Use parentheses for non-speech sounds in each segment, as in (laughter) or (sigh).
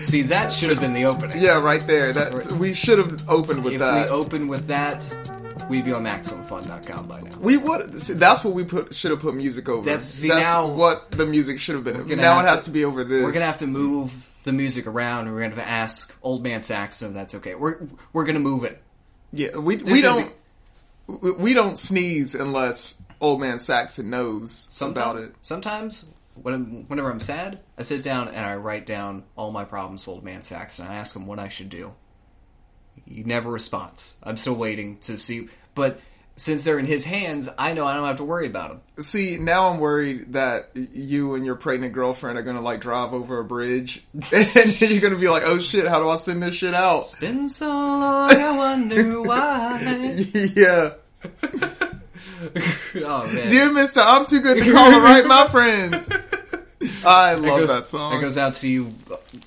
See, that should have been the opening. Yeah, right there. That we should have opened with if we that. opened with that, we'd be on MaximumFun.com by now. We would. See, that's what we put should have put music over. That's- see, now- what the music should have been. gonna Now have it has to- to, be over this. We're gonna have to move the music around. and We're gonna have to ask Old Man Saxon if that's okay. We're we're gonna move it. Yeah, we we should don't we, we don't sneeze unless old man Saxon knows about Sometimes, it. sometimes when I'm, whenever I'm sad, I sit down and I write down all my problems to Old Man Saxon. I ask him what I should do. He never responds. I'm still waiting to see. But since they're in his hands, I know I don't have to worry about them. See, now I'm worried that you and your pregnant girlfriend are gonna like drive over a bridge, (laughs) and then you're gonna be like, "Oh shit, how do I send this shit out?" (laughs) Been so long, I wonder why. yeah, oh man, dear Mister, I'm too good to call it right, my (laughs) friends. I love that song. That goes out to you,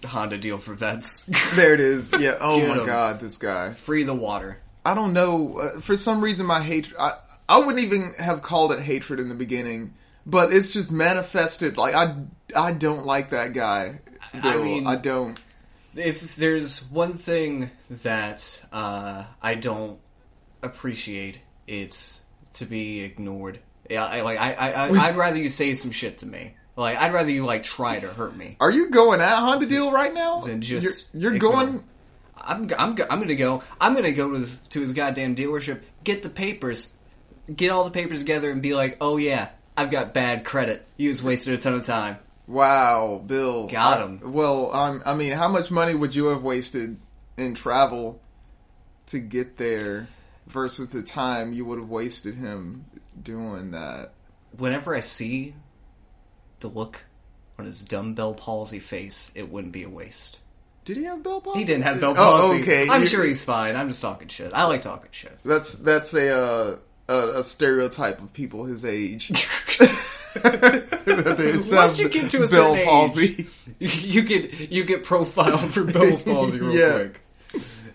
Honda deal for vets. (laughs) (laughs) there it is. Yeah. Oh Get my 'em. god, this guy. Free the water. I don't know. Uh, for some reason, my hatred. I, I wouldn't even have called it hatred in the beginning, but it's just manifested. Like I, I don't like that guy. Bill. I mean- don't. if there's one thing that uh, I don't appreciate, it's to be ignored. Yeah, I, like I, I, I, I'd rather you say some shit to me. Like I'd rather you like try to hurt me. Are you going at Honda Deal right now? Then just you're, you're ignore going. I'm, go- I'm, go- I'm gonna go. I'm gonna go to his, to his goddamn dealership, get the papers, get all the papers together, and be like, oh yeah, I've got bad credit. You just wasted a ton of time. Wow, Bill. Got I- him. well, um, I mean, how much money would you have wasted in travel to get there versus the time you would have wasted him doing that? Whenever I see the look on his dumbbell palsy face, it wouldn't be a waste. Did he have Bill Boston? He didn't have Bill Oh, Palsy. okay. I'm You- sure he's fine. I'm just talking shit. I like talking (laughs) shit. That's that's a uh, a, a stereotype of people (laughs) his age. (laughs) Once Once you get to a certain age, (laughs) you get you get profiled for Bill Palsy real (laughs) Yeah.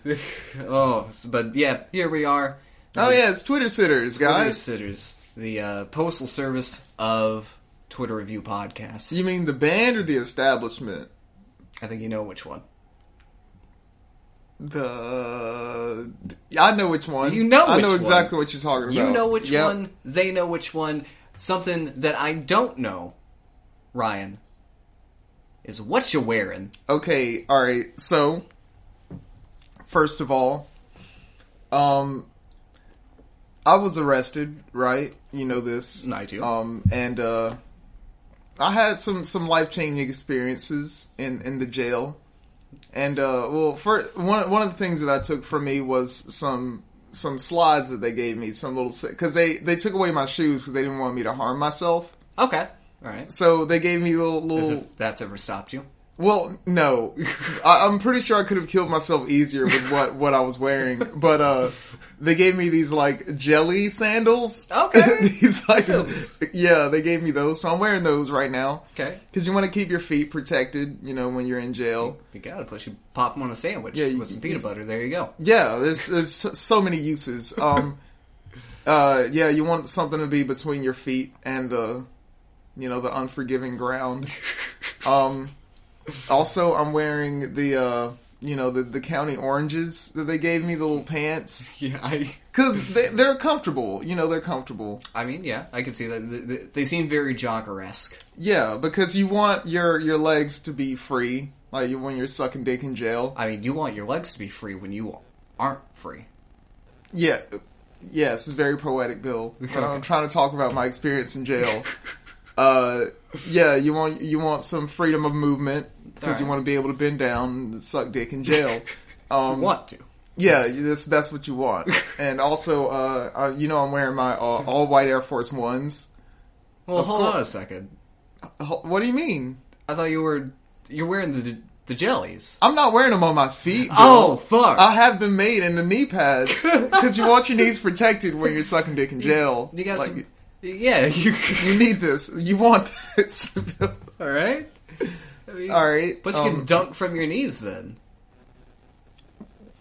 quick. (laughs) oh, s- but yeah, here we are. Oh yeah, it's Twitter sitters, Twitter guys. sitters, the uh, postal service of Twitter review podcasts. You mean the band or the establishment? I think you know which one. The I know which one. You know I which know one. exactly what you're talking about. You know which Yep. one. They know which one. Something that I don't know, Ryan, is what you wearing. Okay, all right. So, first of all, um, I was arrested, right? You know this. I do. Um, and uh, I had some some life changing experiences in in the jail. And uh, well, for one one of the things that I took from me was some some slides that they gave me, some little because they they took away my shoes because they didn't want me to harm myself. Okay, all right. So they gave me little little. As if that's ever stopped you. Well, no, I, I'm pretty sure I could have killed myself easier with what what I was wearing. But uh, they gave me these like jelly sandals. Okay. (laughs) these like Sandals. yeah, they gave me those, so I'm wearing those right now. Okay. because you want to keep your feet protected, you know, when you're in jail. You gotta push you pop them on a sandwich Yeah, you- with some peanut butter. There you (laughs) go. Yeah, there's there's so many uses. (laughs) Um, uh, yeah, you want something to be between your feet and the, you know, the unforgiving ground. Um, also, I'm wearing the, uh, you know, the the county oranges that they gave me, the little pants, Yeah, I. because they, they're comfortable. You know, they're comfortable. I mean, yeah, I can see that. Th- th- They seem very jogger esque. Yeah, because you want your your legs to be free, like you- when you're sucking dick in jail. I mean, you want your legs to be free when you aren't free. Yeah. Yes, very poetic, Bill. But I'm Okay. trying to talk about my experience in jail. uh, yeah, you want you want some freedom of movement because you Alright. want to be able to bend down and suck dick (laughs) in jail. You Um, want to. yeah, you- that's that's what you want. (laughs) And also, uh, uh, you know, I'm wearing my uh, all white Air Force ones. Well, hold course. on a second. Ho- What do you mean? I thought you were you're wearing the the jellies. I'm not wearing them on my feet. Bill. Oh fuck! I have them made in the knee pads because you want your (laughs) knees protected when you're sucking dick in jail. you got Like, some. Yeah, (laughs) you. You need this. You want this. (laughs) all right. I mean, All right. But you can um, dunk from your knees then.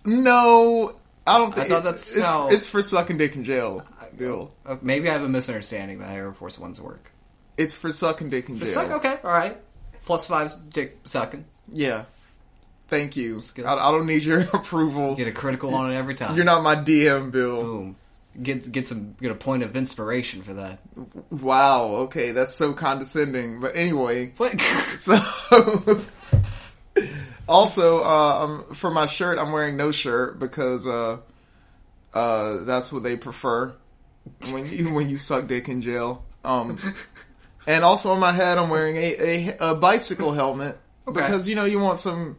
No, I don't. Think, thought that's it's, how- it's for sucking dick in jail. Bill. Uh, Maybe I have a misunderstanding about how Air Force One's work. It's for sucking dick in jail. Suck, okay, all right. Plus five dick sucking. Yeah. Thank you. good. I, I don't need your (laughs) approval. Get a critical on it every time. You're not my DM, Bill. Boom. Get get some get a point of inspiration for that. (laughs) Wow. Okay, that's so condescending. But anyway, (laughs) What? so also uh, um, for my shirt, I'm wearing no shirt because uh, uh, that's what they prefer when you when you suck dick in jail. Um, and also on my head, I'm wearing a a, a bicycle helmet Okay. because you know you want some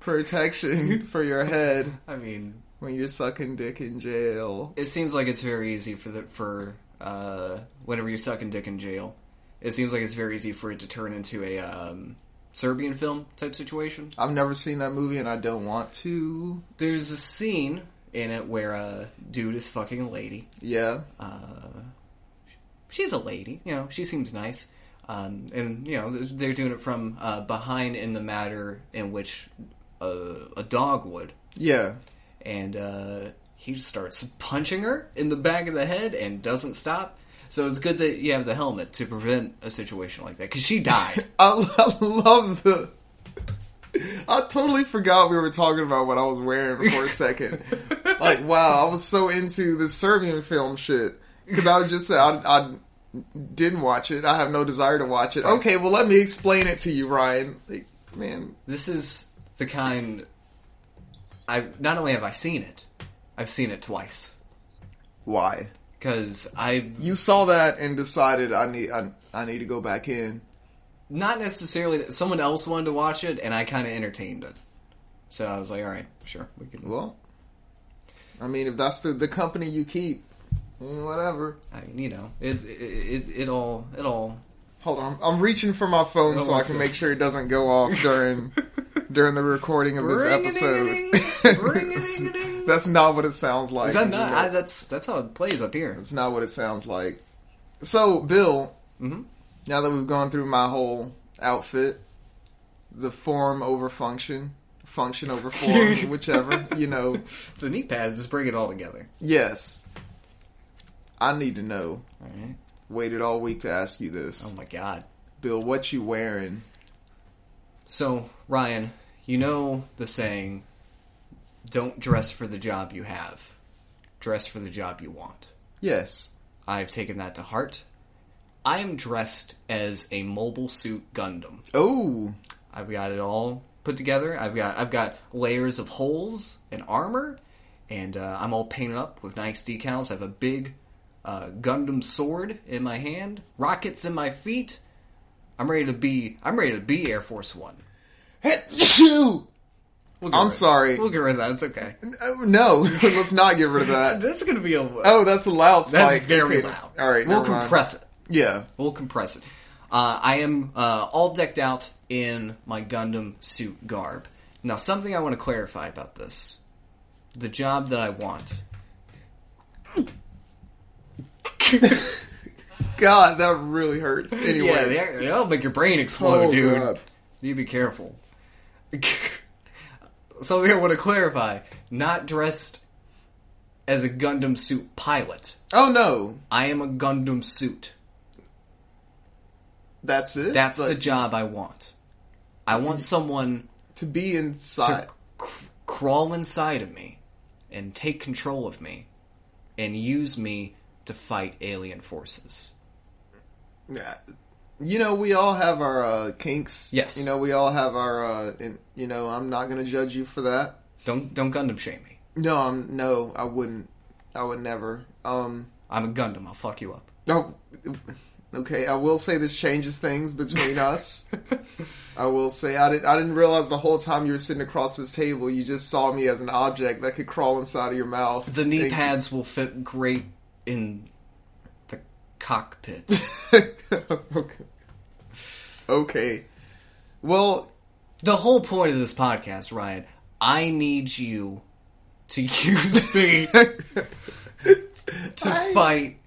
protection (laughs) for your head I mean, when you're sucking dick in jail. it seems like it's very easy for the for uh whenever you're sucking dick in jail. It seems like it's very easy for it to turn into a um Serbian film type situation. I've never seen that movie, and I don't want to. There's a scene in it where a dude is fucking a lady. Uh, Yeah. she's a lady, you know, she seems nice. Um, and, you know, they're doing it from uh, behind in the matter in which uh, a dog would. Yeah. And uh, he just starts punching her in the back of the head and doesn't stop. So it's good that you have the helmet to prevent a situation like that because she died. I, (laughs) I love the. I totally forgot we were talking about what I was wearing for a second. like, wow, I was so into the Serbian film shit because I was just say I, I didn't watch it. I have no desire to watch it. Okay, well, let me explain it to you, Ryan. Like, man, this is the kind. I not only have I seen it, I've seen it twice why because I you saw that and decided I need I, I need to go back in? not necessarily that someone else wanted to watch it and I kind of entertained it. So I was like, all right, sure, we can. Well, I mean, if that's the the company you keep, mm, whatever. I mean, you know, it it it, it all it all. Hold on, I'm reaching for my phone so I Alexa. can make sure it doesn't go off during (laughs) during the recording of this episode. Ring-a-ding-a-ding. Ring-a-ding-a-ding. (laughs) that's not what it sounds like. Is that not? No, I, that's that's how it plays up here. that's not what it sounds like. So, Bill, Mhm. now that we've gone through my whole outfit, the form over function, function (laughs) over form, whichever you know. The knee pads just bring it all together. Yes, I need to know. All right. Waited all week to ask you this, Oh my god. Bill. What you wearing? So Ryan, you know the saying, "Don't dress for the job you have, dress for the job you want." Yes. I've taken that to heart. I am dressed as a mobile suit Gundam. Oh, I've got it all put together. I've got I've got layers of holes and armor, and uh, I'm all painted up with nice decals. I have a big uh, Gundam sword in my hand, rockets in my feet. I'm ready to be. I'm ready to be Air Force One. you. We'll get I'm rid of- sorry. We'll get rid of that. It's (laughs) okay. Oh, no, let's not get rid of that. That's gonna be a. Oh, that's a loud spike. that's very Okay. loud. All right, we'll never mind. compress it. Yeah, We'll compress it. Uh, I am uh, all decked out in my Gundam suit garb. Now, something I want to clarify about this: the job that I want. God, that really hurts. (laughs) Anyway, Yeah, they- they'll make your brain explode, Oh, dude. God. You be careful. (laughs) something I want to clarify: not dressed as a Gundam suit pilot. oh no, I am a Gundam suit. that's it. That's the Like, job I want. I want someone to be to inside. c- crawl inside of me and take control of me and use me to fight alien forces. Yeah. You know, we all have our uh, kinks. Yes. You know, we all have our. Uh, and, you know, I'm not going to judge you for that. Don't don't Gundam shame me. No, I'm no, I wouldn't. I would never. Um. I'm a Gundam. I'll fuck you up. No. Oh, Okay, I will say this changes things (laughs) between us. I will say I didn't. I didn't realize the whole time you were sitting across this table, you just saw me as an object that could crawl inside of your mouth. The knee And- pads will fit great in the cockpit. (laughs) (laughs) okay. Okay. Well, (laughs) the whole point of this podcast, Ryan, I need you to (laughs) use me to I- fight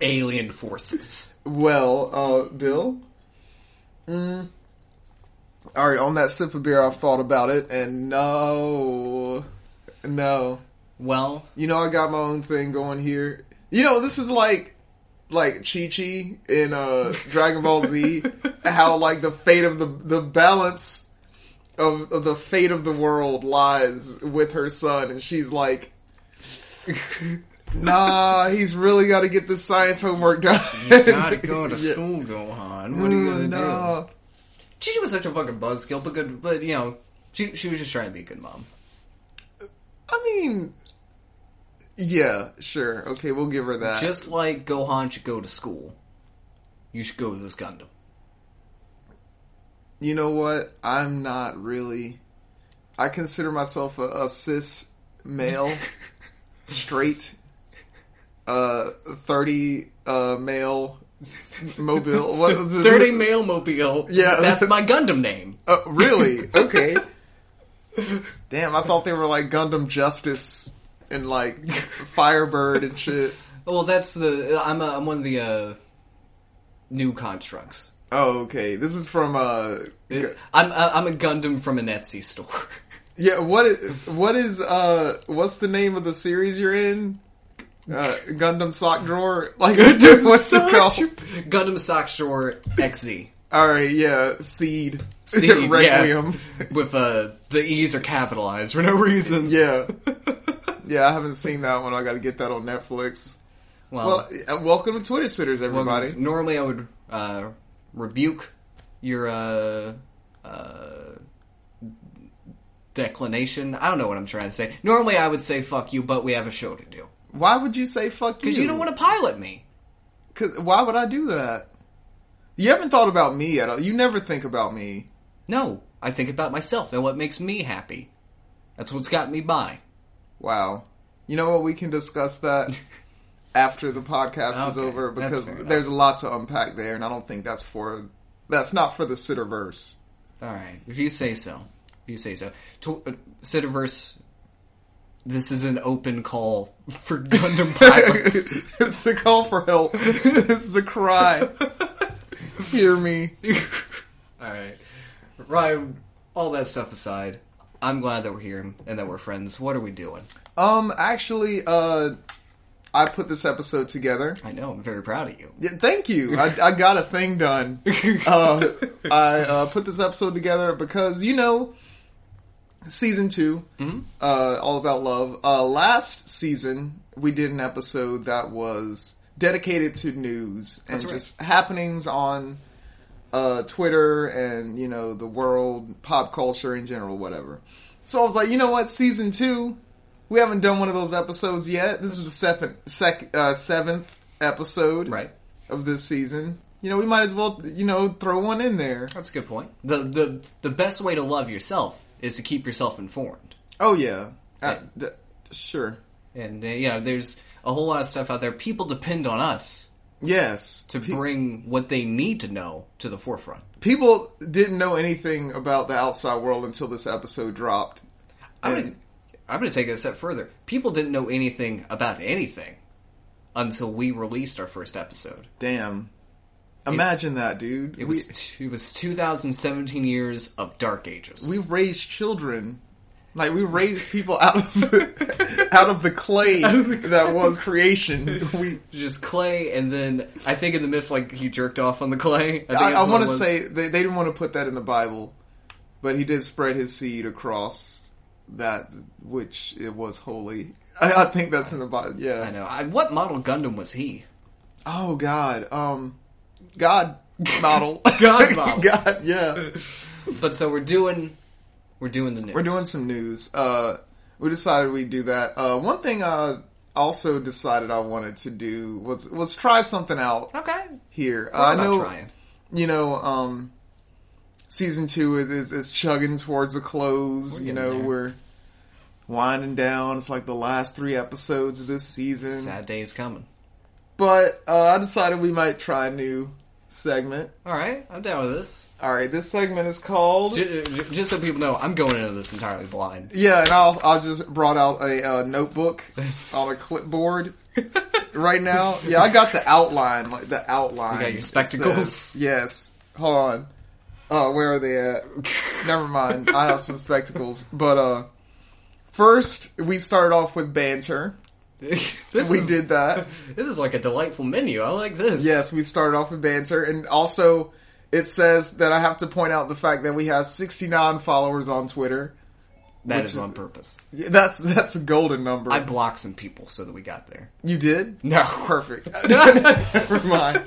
alien forces. well, uh, Bill. Mm. All right. On that sip of beer, I've thought about it, and no, no. (laughs) Well, you know, I got my own thing going here. You know, this is like like Chi Chi in uh Dragon Ball Z, how like the fate of the the balance of, of the fate of the world lies with her son, and she's like, (laughs) "Nah, he's really got to get this science homework done." You gotta go to (laughs) Yeah. school, Gohan. What are you gonna Mm, nah. do? Gigi was such a fucking buzzkill, but good. But you know, she she was just trying to be a good mom. I mean, yeah, sure, okay, we'll give her that. Just like Gohan should go to school, you should go with this Gundam. you know what? I'm not really. I consider myself a, a cis (laughs) male, straight, uh, thirty uh, male, (laughs) mobile. (laughs) What, Thirty male mobile. Yeah. that's my Gundam name. Uh, really? Okay. Damn, I thought they were like Gundam Justice and like (laughs) Firebird and shit. Well, that's the I'm a, I'm one of the uh, new constructs. Oh, okay. This is from uh, Gu- I'm uh, I'm a Gundam from an Etsy store. (laughs) yeah. What is what is uh, what's the name of the series you're in? Uh, Gundam sock drawer. (laughs) Like what's Sock it called? Gundam sock store XZ All right, (laughs) yeah, Seed, Seed, (laughs) Requiem. with uh the E's are capitalized for no reason. (laughs) Yeah. yeah, I haven't seen that one. I got to get that on Netflix. (laughs) Well, Well, uh, welcome to Twitter Sitters, everybody. normally I would uh, rebuke your uh, uh, declination. I don't know what I'm trying to say. Normally I would say fuck you, but we have a show to do Why would you say fuck you? because you don't want to pilot me. Cause why would I do that? You haven't thought about me at all. You never think about me. No, I think about myself and what makes me happy. That's what's got me by. Wow. You know what? We can (laughs) discuss that after the podcast is Okay, over that's because fair enough. there's a lot to unpack there, and I don't think that's for that's not for the Sitterverse. All right, if you say so. If you say so. To- uh, Cityverse, this is an open call for (laughs) Gundam (laughs) pilots. it's the call for help. it's the cry. Hear me. All right, Ryan. All that stuff aside, I'm glad that we're here and that we're friends. What are we doing? Um, actually, uh, I put this episode together. I know I'm very proud of you. Yeah, thank you. I, I got a thing done. Uh, (laughs) I uh, put this episode together because you know, season 2 Mm-hmm. uh, all about love. Uh, last season we did an episode that was dedicated to news and That's right. just happenings on uh, Twitter and you know the world, pop culture in general, whatever. So I was like, you know what, season two, we haven't done one of those episodes yet. This is the seventh, sec, uh, seventh episode Right. of this season. You know, we might as well, you know, throw one in there. That's a good point. the the The best way to love yourself is to keep yourself informed. Oh yeah, Uh, th- sure. And uh, yeah, there's a whole lot of stuff out there. People depend on us Yes, to Pe- bring what they need to know to the forefront. people didn't know anything about the outside world until this episode dropped. I'm gonna, And- I'm gonna take it a step further. People didn't know anything about anything until we released our first episode. Damn, imagine that, dude. It was t- it was 2017 years of dark ages. we raised children like we raised people out of the, (laughs) out of the clay that was creation we just clay, and then I think in the myth, like he jerked off on the clay. think i, that's I what want it to was. say they, they didn't want to put that in the bible but he did spread his seed across that which it was holy i, I think that's in the bible I yeah know. I, what model Gundam was he? oh god um god model (laughs) God model. god yeah But so we're doing, we're doing the news. We're doing some news. Uh, we decided we'd do that. Uh, one thing I also decided I wanted to do was was try something out okay. here. Uh, We're I about know trying. you know um, season two is, is is chugging towards a close. you know getting there. we're winding down. It's like the last three episodes of this season. Sad day is coming. But uh, I decided we might try a new segment. All right, I'm down with this. All right, this segment is called. J- j- just so people know, I'm going into this entirely blind. Yeah, and I'll I'll just brought out a uh, notebook on a clipboard right now. Yeah, I got the outline, like the outline. You got your It spectacles? says- yes. Hold on. Uh, where are (laughs) they at? Never mind. I have some spectacles. But uh, first we started off with banter. (laughs) this We is, did that. (laughs) This is like a delightful menu. I like this. Yes, we started off with banter, and also it says that I have to point out the fact that we have 69 followers on Twitter. That Which is is- on purpose. Yeah, That's that's a golden number. I blocked some people so that we got there. you did? No. (laughs) Perfect. (laughs) Never mind.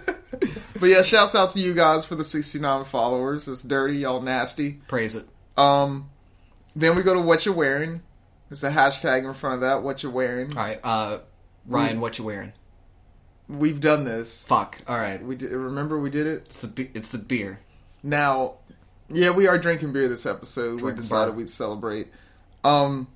But yeah, shouts out to you guys for the 69 followers. It's dirty, y'all nasty. (laughs) Praise it. Um, then we go to what you're wearing. There's a hashtag in front of that. What you're wearing. All right, uh, Ryan, what you wearing? We've done this. Fuck. All right, We did, remember we did it. it's the be- it's the beer. Now, yeah, we are drinking beer this episode. we Drinking decided beer. we'd celebrate. Um,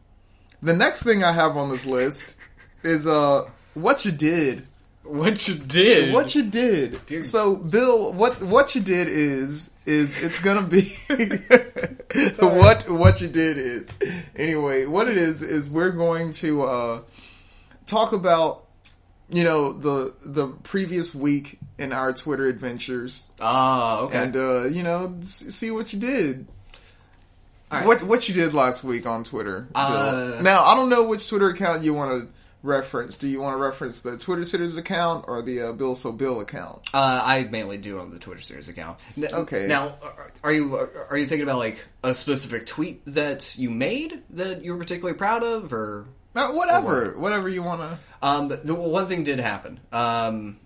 the next thing I have on this list is uh, what you did. What you did? What you did. Dude. So, Bill, what what you did is is it's gonna be (laughs) what what you did is. Anyway, what it is is we're going to uh, talk about you know the the previous week in our Twitter adventures Oh, okay. and uh, you know s- see what you did. All right. What what you did last week on Twitter? Bill. Uh, now I don't know which Twitter account you want to reference. Do you want to reference the Twitter sitters account or the uh, Bill So Bill account? Uh, I mainly do on the Twitter series account. N- Okay. Now, are- are you are you thinking about like a specific tweet that you made that you were particularly proud of, or Uh, whatever, whatever you want to. um, the one thing did happen. Um,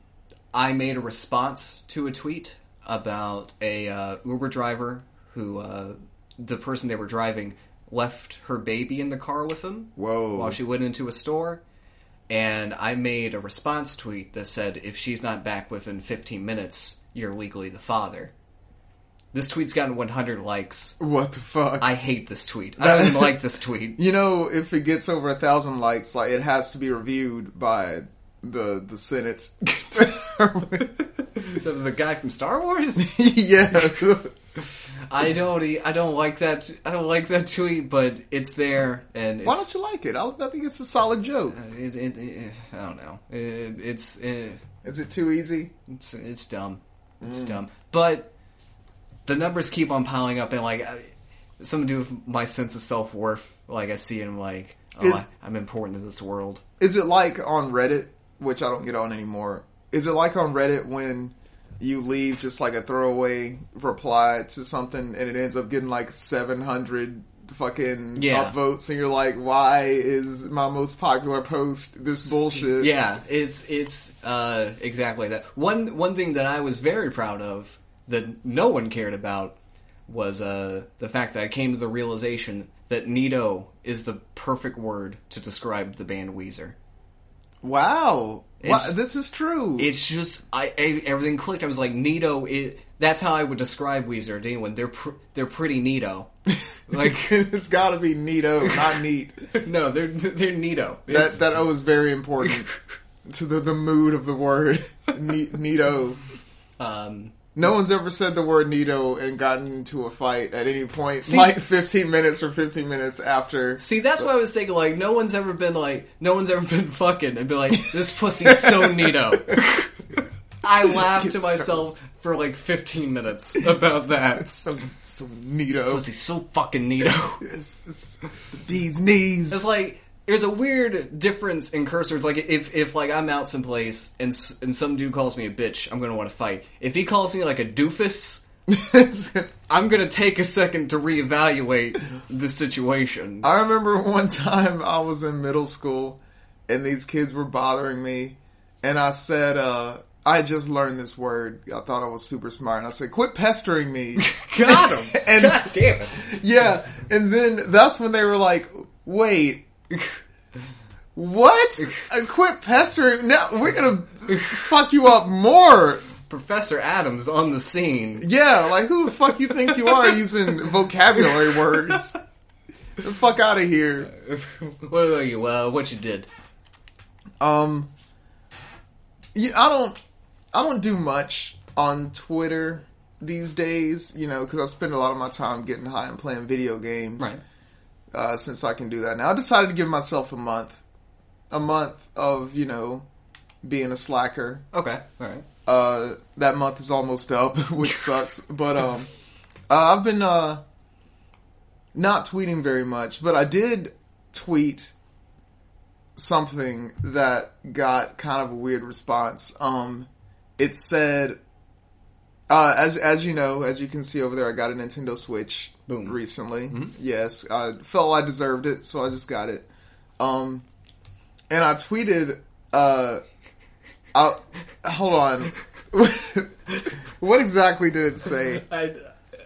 I made a response to a tweet about a uh, Uber driver who uh, the person they were driving left her baby in the car with him Whoa. while she went into a store. And I made a response tweet that said, if she's not back within 15 minutes, you're legally the father. This tweet's gotten 100 likes. What the fuck? I hate this tweet. I don't even like this tweet. you know, if it gets over a thousand likes, like it has to be reviewed by the the Senate. (laughs) That was a guy from Star Wars. yeah. I don't. e- I don't like that. I don't like that tweet, but it's there, and it's, Why don't you like it? I, I think it's a solid joke. It, it, it, I don't know. It, it's it, Is it too easy? It's it's dumb. Mm. It's dumb. But the numbers keep on piling up, and like I, something to do with my sense of self worth. Like I see, it and I'm like, oh, Is- I, I'm important to this world. Is it like on Reddit, which I don't get on anymore? Is it like on Reddit when you leave just like a throwaway reply to something and it ends up getting like 700 fucking Yeah. upvotes and you're like, why is my most popular post this bullshit? Yeah, it's it's uh, exactly that. One one thing that I was very proud of that no one cared about was uh, the fact that I came to the realization that Nito is the perfect word to describe the band Weezer. Wow. wow. It's- This is true. It's just I, I everything clicked. I was like, Nito. It, that's how I would describe Weezer to anyone. They're pr- they're pretty Nito. Like (laughs) (laughs) it's gotta be neato, not neat. no, they're they're Nito. That, It's- that O is very (laughs) important to the, the mood of the word. (laughs) Ne- neato. um, No one's ever said the word Nito and gotten into a fight at any point, like 15 minutes or 15 minutes after. see, that's why I was thinking like no one's ever been like no one's ever (laughs) been fucking and be like (laughs) this pussy's so Nito. I laughed to It's myself for like 15 (laughs) minutes about that. Some, some Nito. Pussy's so fucking Nito. It's- it's- These knees. (laughs) It's like there's a weird difference in curse words. Like if if like I'm out someplace and s- and some dude calls me a bitch, I'm gonna want to fight. If he calls me like a doofus, I'm gonna take a second to reevaluate the (laughs) situation. (laughs) I remember one time I was in middle school and these kids were bothering me and I said, uh, I had just learned this word. I thought I was super smart. And I said, quit pestering me. Got him. And- God damn it. yeah. And then that's when they were like, wait, what? Uh, quit pestering. Now we're going to fuck you up more. Professor Adams on the scene. Yeah. Like who the fuck you think you are using vocabulary words? The fuck out of here. (laughs) what about you? Uh, what you did? Um, yeah, I don't, I don't do much on Twitter these days, you know, because I spend a lot of my time getting high and playing video games. Right. Uh, since I can do that now, I decided to give myself a month, a month of you know, being a slacker. Okay. All (laughs) right. Uh, that month is almost up, (laughs) which sucks. But um, uh, I've been uh, not tweeting very much, but I did tweet something that got kind of a weird response. Um, it said, Uh, as as you know, as you can see over there, I got a Nintendo Switch Boom. Mm-hmm. recently. Yes, I felt I deserved it, so I just got it. Um, and I tweeted, uh, I, hold on, (laughs) what exactly did it say? I,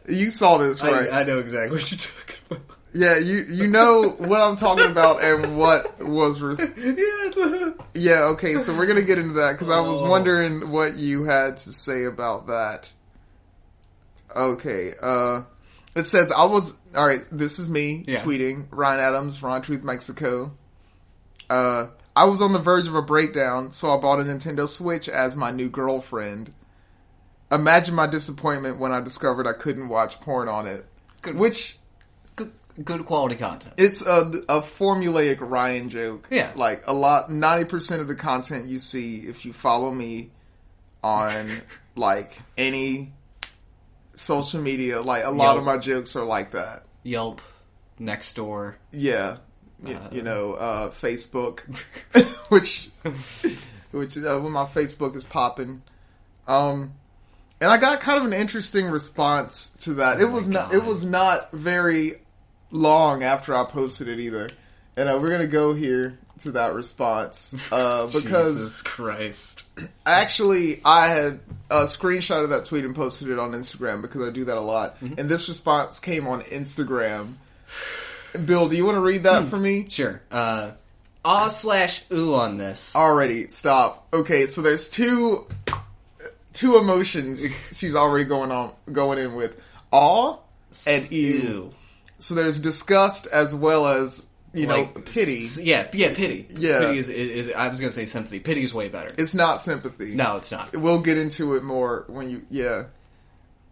You saw this, I, right? I know exactly what you're talking about. yeah, you you know what I'm talking about and what was res- yeah. yeah. Okay, so we're gonna get into that because I was Oh. wondering what you had to say about that. Okay, uh, it says I was all right. This is me Yeah. tweeting Ryan Adams, Ron Truth Mexico. Uh, I was on the verge of a breakdown, so I bought a Nintendo Switch as my new girlfriend. Imagine my disappointment when I discovered I couldn't watch porn on it, Good. which Good, good quality content. it's a, a formulaic Ryan joke. Yeah. Like a lot, 90% of the content you see, if you follow me on like any social media, like a lot Yelp. of my jokes are like that. Yelp, next door. Yeah. Y- you know, uh, Facebook, (laughs) (laughs) which, which, uh, when my Facebook is popping. Um, and I got kind of an interesting response to that. it Oh my was not, God. it was not very long after I posted it either. And uh, we're going to go here to that response, (laughs) uh, because Jesus Christ. Actually, I had a screenshot of that tweet and posted it on Instagram because I do that a lot. Mm-hmm. And this response came on Instagram. Bill, do you want to read Hmm. that for me? Sure. Uh, ah slash ooh on this. Already, stop. Okay, so there's two two (laughs) emotions she's already going on going in with awe and E ew. So there's disgust as well as you know Like, pity. s- yeah, yeah, pity. Yeah. Pity is, is, is- I was going to say sympathy. Pity is way better. it's not sympathy. no, it's not. we'll get into it more when you. Yeah,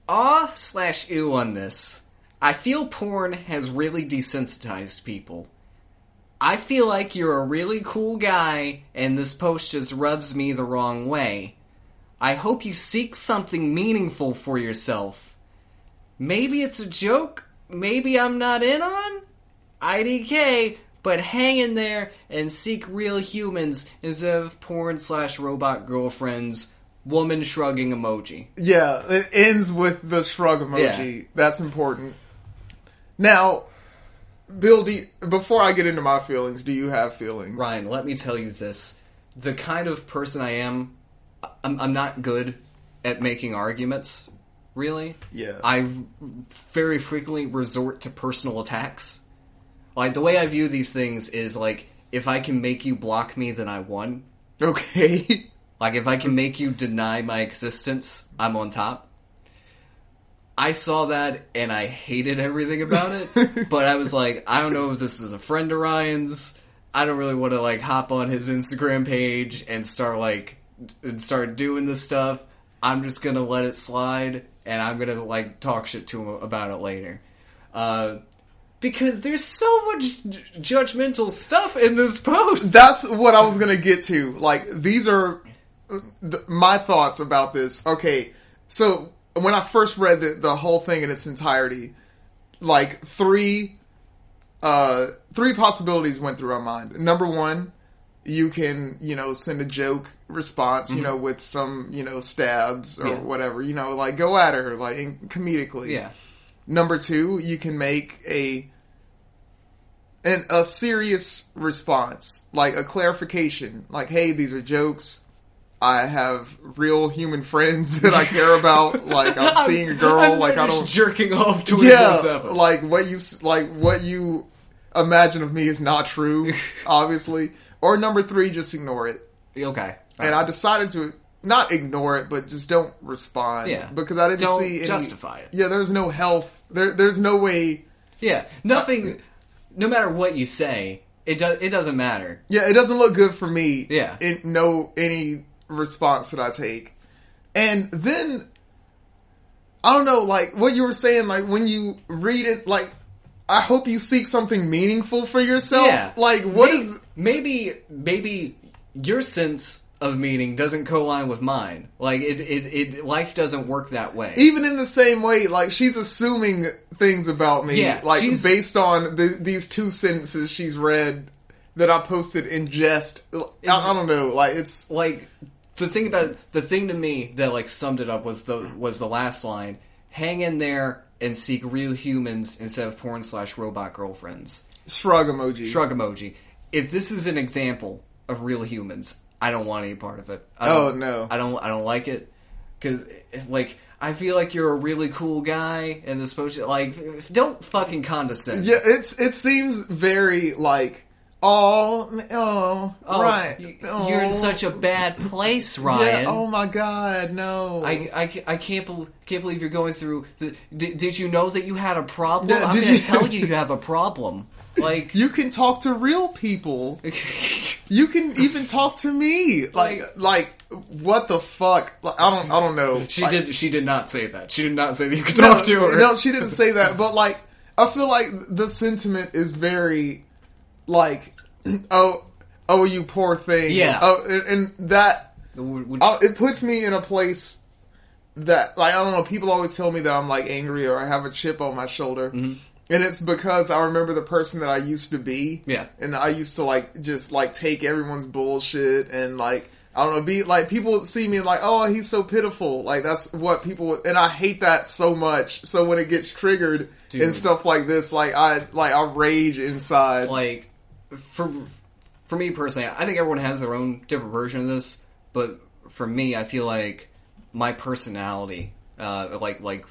Ah slash ew on this. I feel porn has really desensitized people. I feel like you're a really cool guy, and this post just rubs me the wrong way. I hope you seek something meaningful for yourself. Maybe it's a joke, maybe I'm not in on? IDK, but hang in there and seek real humans instead of porn slash robot girlfriends, woman shrugging emoji. Yeah, it ends with the shrug emoji. That's important. Now, Bill, do you- before I get into my feelings, do you have feelings? Ryan, let me tell you this. The kind of person I am, I'm, I'm not good at making arguments, really. Yeah. I very frequently resort to personal attacks. Like, the way I view these things is like, if I can make you block me, then I won. Okay. (laughs) Like, if I can make you deny my existence, I'm on top. I saw that and I hated everything about it, but I was like, I don't know if this is a friend of Ryan's. I don't really want to like hop on his Instagram page and start like d- and start doing this stuff. I'm just gonna let it slide and I'm gonna like talk shit to him about it later. Uh, because there's so much j- judgmental stuff in this post. That's what I was going to get to. Like, these are uh, th- my thoughts about this. Okay, so when I first read the, the whole thing in its entirety, like, three. Uh, three possibilities went through my mind. Number one, you can you know send a joke response you know with some you know stabs or Mm-hmm. Yeah. whatever you know like go at her like in, comedically yeah. number two you can make a an a serious response like a clarification like hey these are jokes i have real human friends (laughs) that i care about like i'm seeing a (laughs) girl I'm like i not just don't jerking off twenty four yeah seven. like what you s- like what you imagine of me is (laughs) not true obviously or number three just ignore it Okay. and i decided to not ignore it but just don't respond Yeah. because i didn't Don't see any justify it. yeah there's no health there there's no way yeah. Nothing. no matter what you say, it does. It doesn't matter. Yeah, it doesn't look good for me. Yeah. In no any response that I take. And then I don't know, like what you were saying, like when you read it, like I hope you seek something meaningful for yourself. Yeah. Like what maybe, is maybe maybe your sense of meaning doesn't co-line with mine. Like it. It. it life doesn't work that way. even in the same way, like she's assuming things about me, Yeah, like she's- based on the, these two sentences she's read that I posted in jest. I, I don't know, like it's like the thing about the thing to me that like summed it up was the was the last line: "Hang in there and seek real humans instead of porn slash robot girlfriends." Shrug emoji. Shrug emoji. If this is an example of real humans, I don't want any part of it. I Oh, don't- no. I don't. I don't like it because like. I feel like you're a really cool guy, and this potion, like, don't fucking condescend. Yeah, it's it seems very like oh m- oh, Oh, right. y- oh, You're in such a bad place, yeah, Ryan. oh my god, no. I, I, ca- I can't, bel can't believe you're going through. The, did, did you know that you had a problem? Yeah, I'm did going to you- tell you you have a (laughs) problem. Like, (laughs) you can talk to real people. You can even talk to me. Like like what the fuck? Like, I don't I don't know. (laughs) she Like, did. She did not say that. She did not say that you could no, talk to her. No, she didn't say that, but like I feel like the sentiment is very like (clears throat) oh oh you poor thing. Yeah. Oh and, and that Would- would- I, it puts me in a place that like I don't know. People always tell me that I'm like angry or I have a chip on my shoulder, Mm-hmm. and it's because I remember the person that I used to be. Yeah. and I used to like just like take everyone's bullshit and like. I don't know. Be like people would see me and like, oh, he's so pitiful. Like that's what people would- and I hate that so much. So when it gets triggered Dude. and stuff like this, like I like I rage inside. like for for me personally, I think everyone has their own different version of this. But for me, I feel like my personality, uh, like like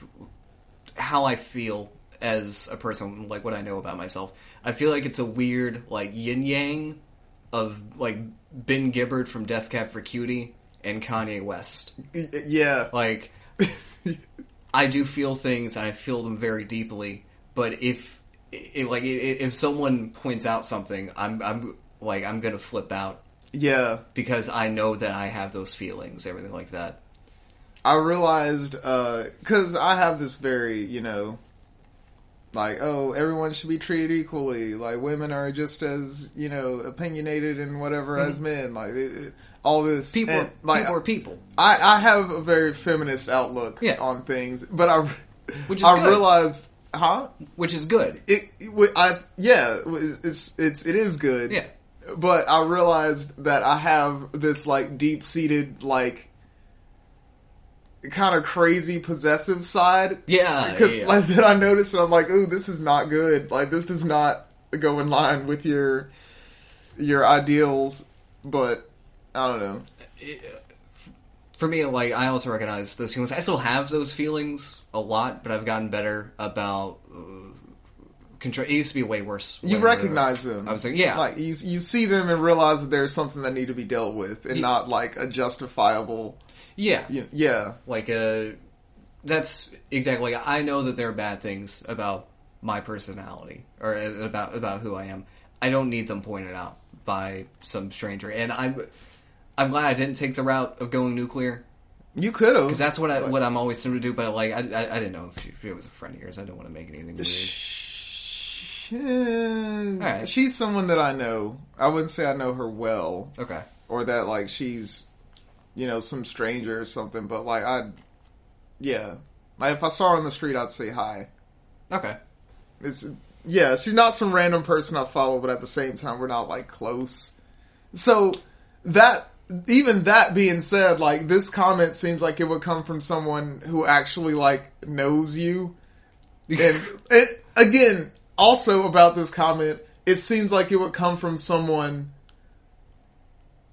how I feel as a person, like what I know about myself, I feel like it's a weird like yin yang of like Ben Gibbard from Def Cab for Cutie and Kanye West. Y- yeah, (laughs) Like, I do feel things, and I feel them very deeply. But if, if like, i- if someone points out something, I'm, I'm like, I'm gonna flip out yeah. because I know that I have those feelings, everything like that. I realized because I have this very, you know, like oh, everyone should be treated equally. Like women are just as you know opinionated and whatever as men. Like it, it- all this, Mm-hmm. People, and, uh, like people are people. I, I have a very feminist outlook Yeah. on things, but I, Which is I good. realized, huh? Which is good. It, it, wa- I, yeah, it was- it's it's it is good. Yeah. But I realized that I have this like deep seated like kind of crazy possessive side. Yeah, Because yeah. like that I noticed and I'm like, ooh, this is not good. Like this does not go in line with your your ideals. But I don't know. for me, like I also recognize those feelings. I still have those feelings a lot, but I've gotten better about uh, control. It used to be way worse. You when we were- recognize them. I was like, yeah, Like you, you see them and realize that there's something that need to be dealt with, and not like a justifiable. yeah. You yeah, like uh that's exactly like i know that there are bad things about my personality or uh, about about who i am i don't need them pointed out by some stranger and i'm i'm glad i didn't take the route of going nuclear you could have. because that's what i what i'm always seem to do but like i i, I didn't know if she, if it was a friend of yours i don't want to make anything weird right. She's someone that I know. I wouldn't say I know her well, okay or that like she's, you know, some stranger or something. But like I, yeah, like if I saw her on the street, I'd say hi. okay It's yeah, she's not some random person I follow, but at the same time, we're not like close. So that even that being said, like this comment seems like it would come from someone who actually like knows you. And it, again, also about this comment, it seems like it would come from someone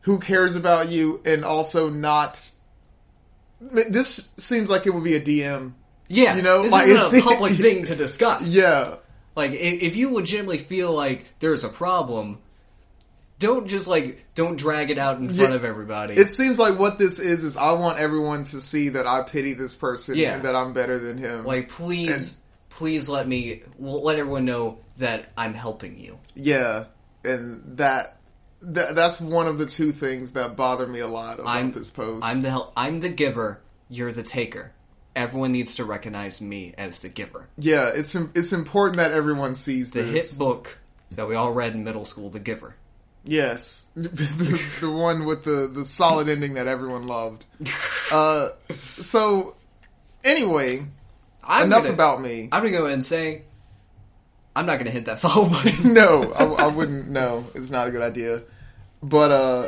who cares about you and also not. This seems like it would be a DM. yeah You know, this like, (laughs) isn't a it's- public thing to discuss Yeah. Like, i- if you legitimately feel like there's a problem, don't just like don't drag it out in front Yeah. of everybody. It seems like what this is is I want everyone to see that I pity this person Yeah. and that I'm better than him. like, please, please let me well, let everyone know that I'm helping you. yeah, and that, that that's one of the two things that bother me a lot about I'm this post. I'm the hel- I'm the giver. You're the taker. Everyone needs to recognize me as the giver. yeah, it's im- it's important that everyone sees The this. hit book that we all read in middle school, The Giver. Yes, (laughs) the, the one with the the solid ending that (laughs) everyone loved. Uh, so anyway, I'm enough gonna- about me. I'm gonna go ahead and say, I'm not gonna hit that (laughs) follow (laughs) button. no, I, I wouldn't. No, it's not a good idea. But uh,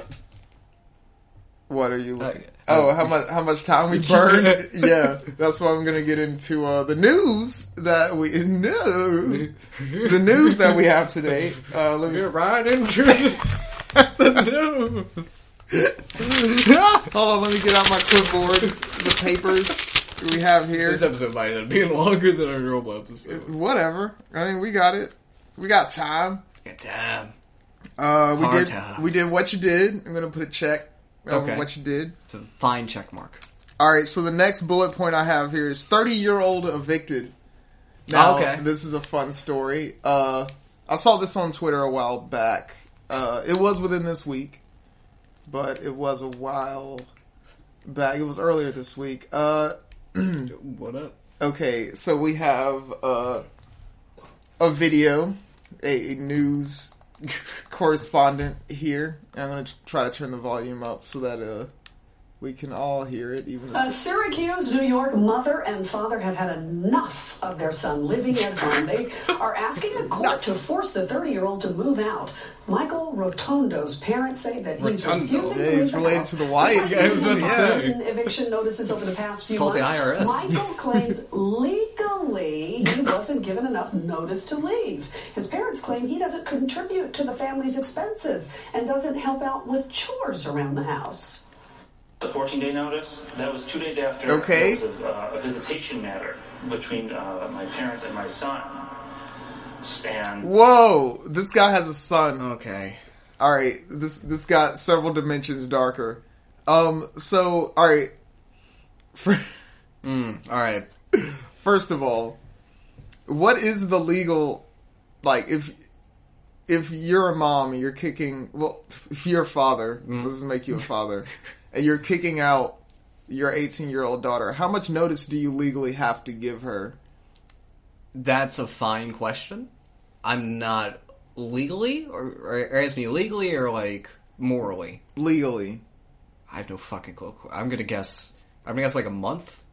What are you looking? Uh, oh, how much how much time (laughs) we burned? yeah, that's why I'm gonna get into uh, the news that we no the news that we have today. Uh, let me You're right into (laughs) the news. (laughs) hold on. Let me get out my clipboard, the papers we have here. this episode might end up being longer than our normal episode. Whatever. I mean, we got it. We got time. Good time. Uh, we Hard did. times. We did what you did. I'm gonna put a check on Okay. what you did. It's a fine check mark. All right, so the next bullet point I have here is 30 year old evicted. Oh, okay. This is a fun story. Uh, I saw this on Twitter a while back. Uh, it was within this week, but it was a while back. It was earlier this week. Uh, What up? okay, so we have uh, a video, a news (laughs) correspondent here. I'm going to try to turn the volume up so that uh, we can all hear it, even the A Uh, Syracuse, New York mother and father have had enough of their son living at home. They are asking a court to force the 30 year old to move out. Michael Rotondo's parents say that he's Rotondo. refusing Yeah, to he's leave the related house to the Wyatts. despite Yeah, I was about to being say. given Eviction notices over the past few called the months. IRS. Michael claims legally he wasn't given enough notice to leave. His parents claim he doesn't contribute to the family's expenses and doesn't help out with chores around the house. The 14-day notice, that was two days after Okay. there was a, uh, a visitation matter between uh, my parents and my son. And Whoa! This guy has a son. Okay. All right, this this got several dimensions darker. Um, so all right, Fir- (laughs) All right. first of all, what is the legal like if if you're a mom and you're kicking well (laughs) if you're a father let's just make you a father and you're kicking out your 18 year old daughter how much notice do you legally have to give her That's a fine question. I'm not legally, or, or, or ask me legally or like morally. legally I have no fucking clue. I'm gonna guess. I'm gonna guess like a month.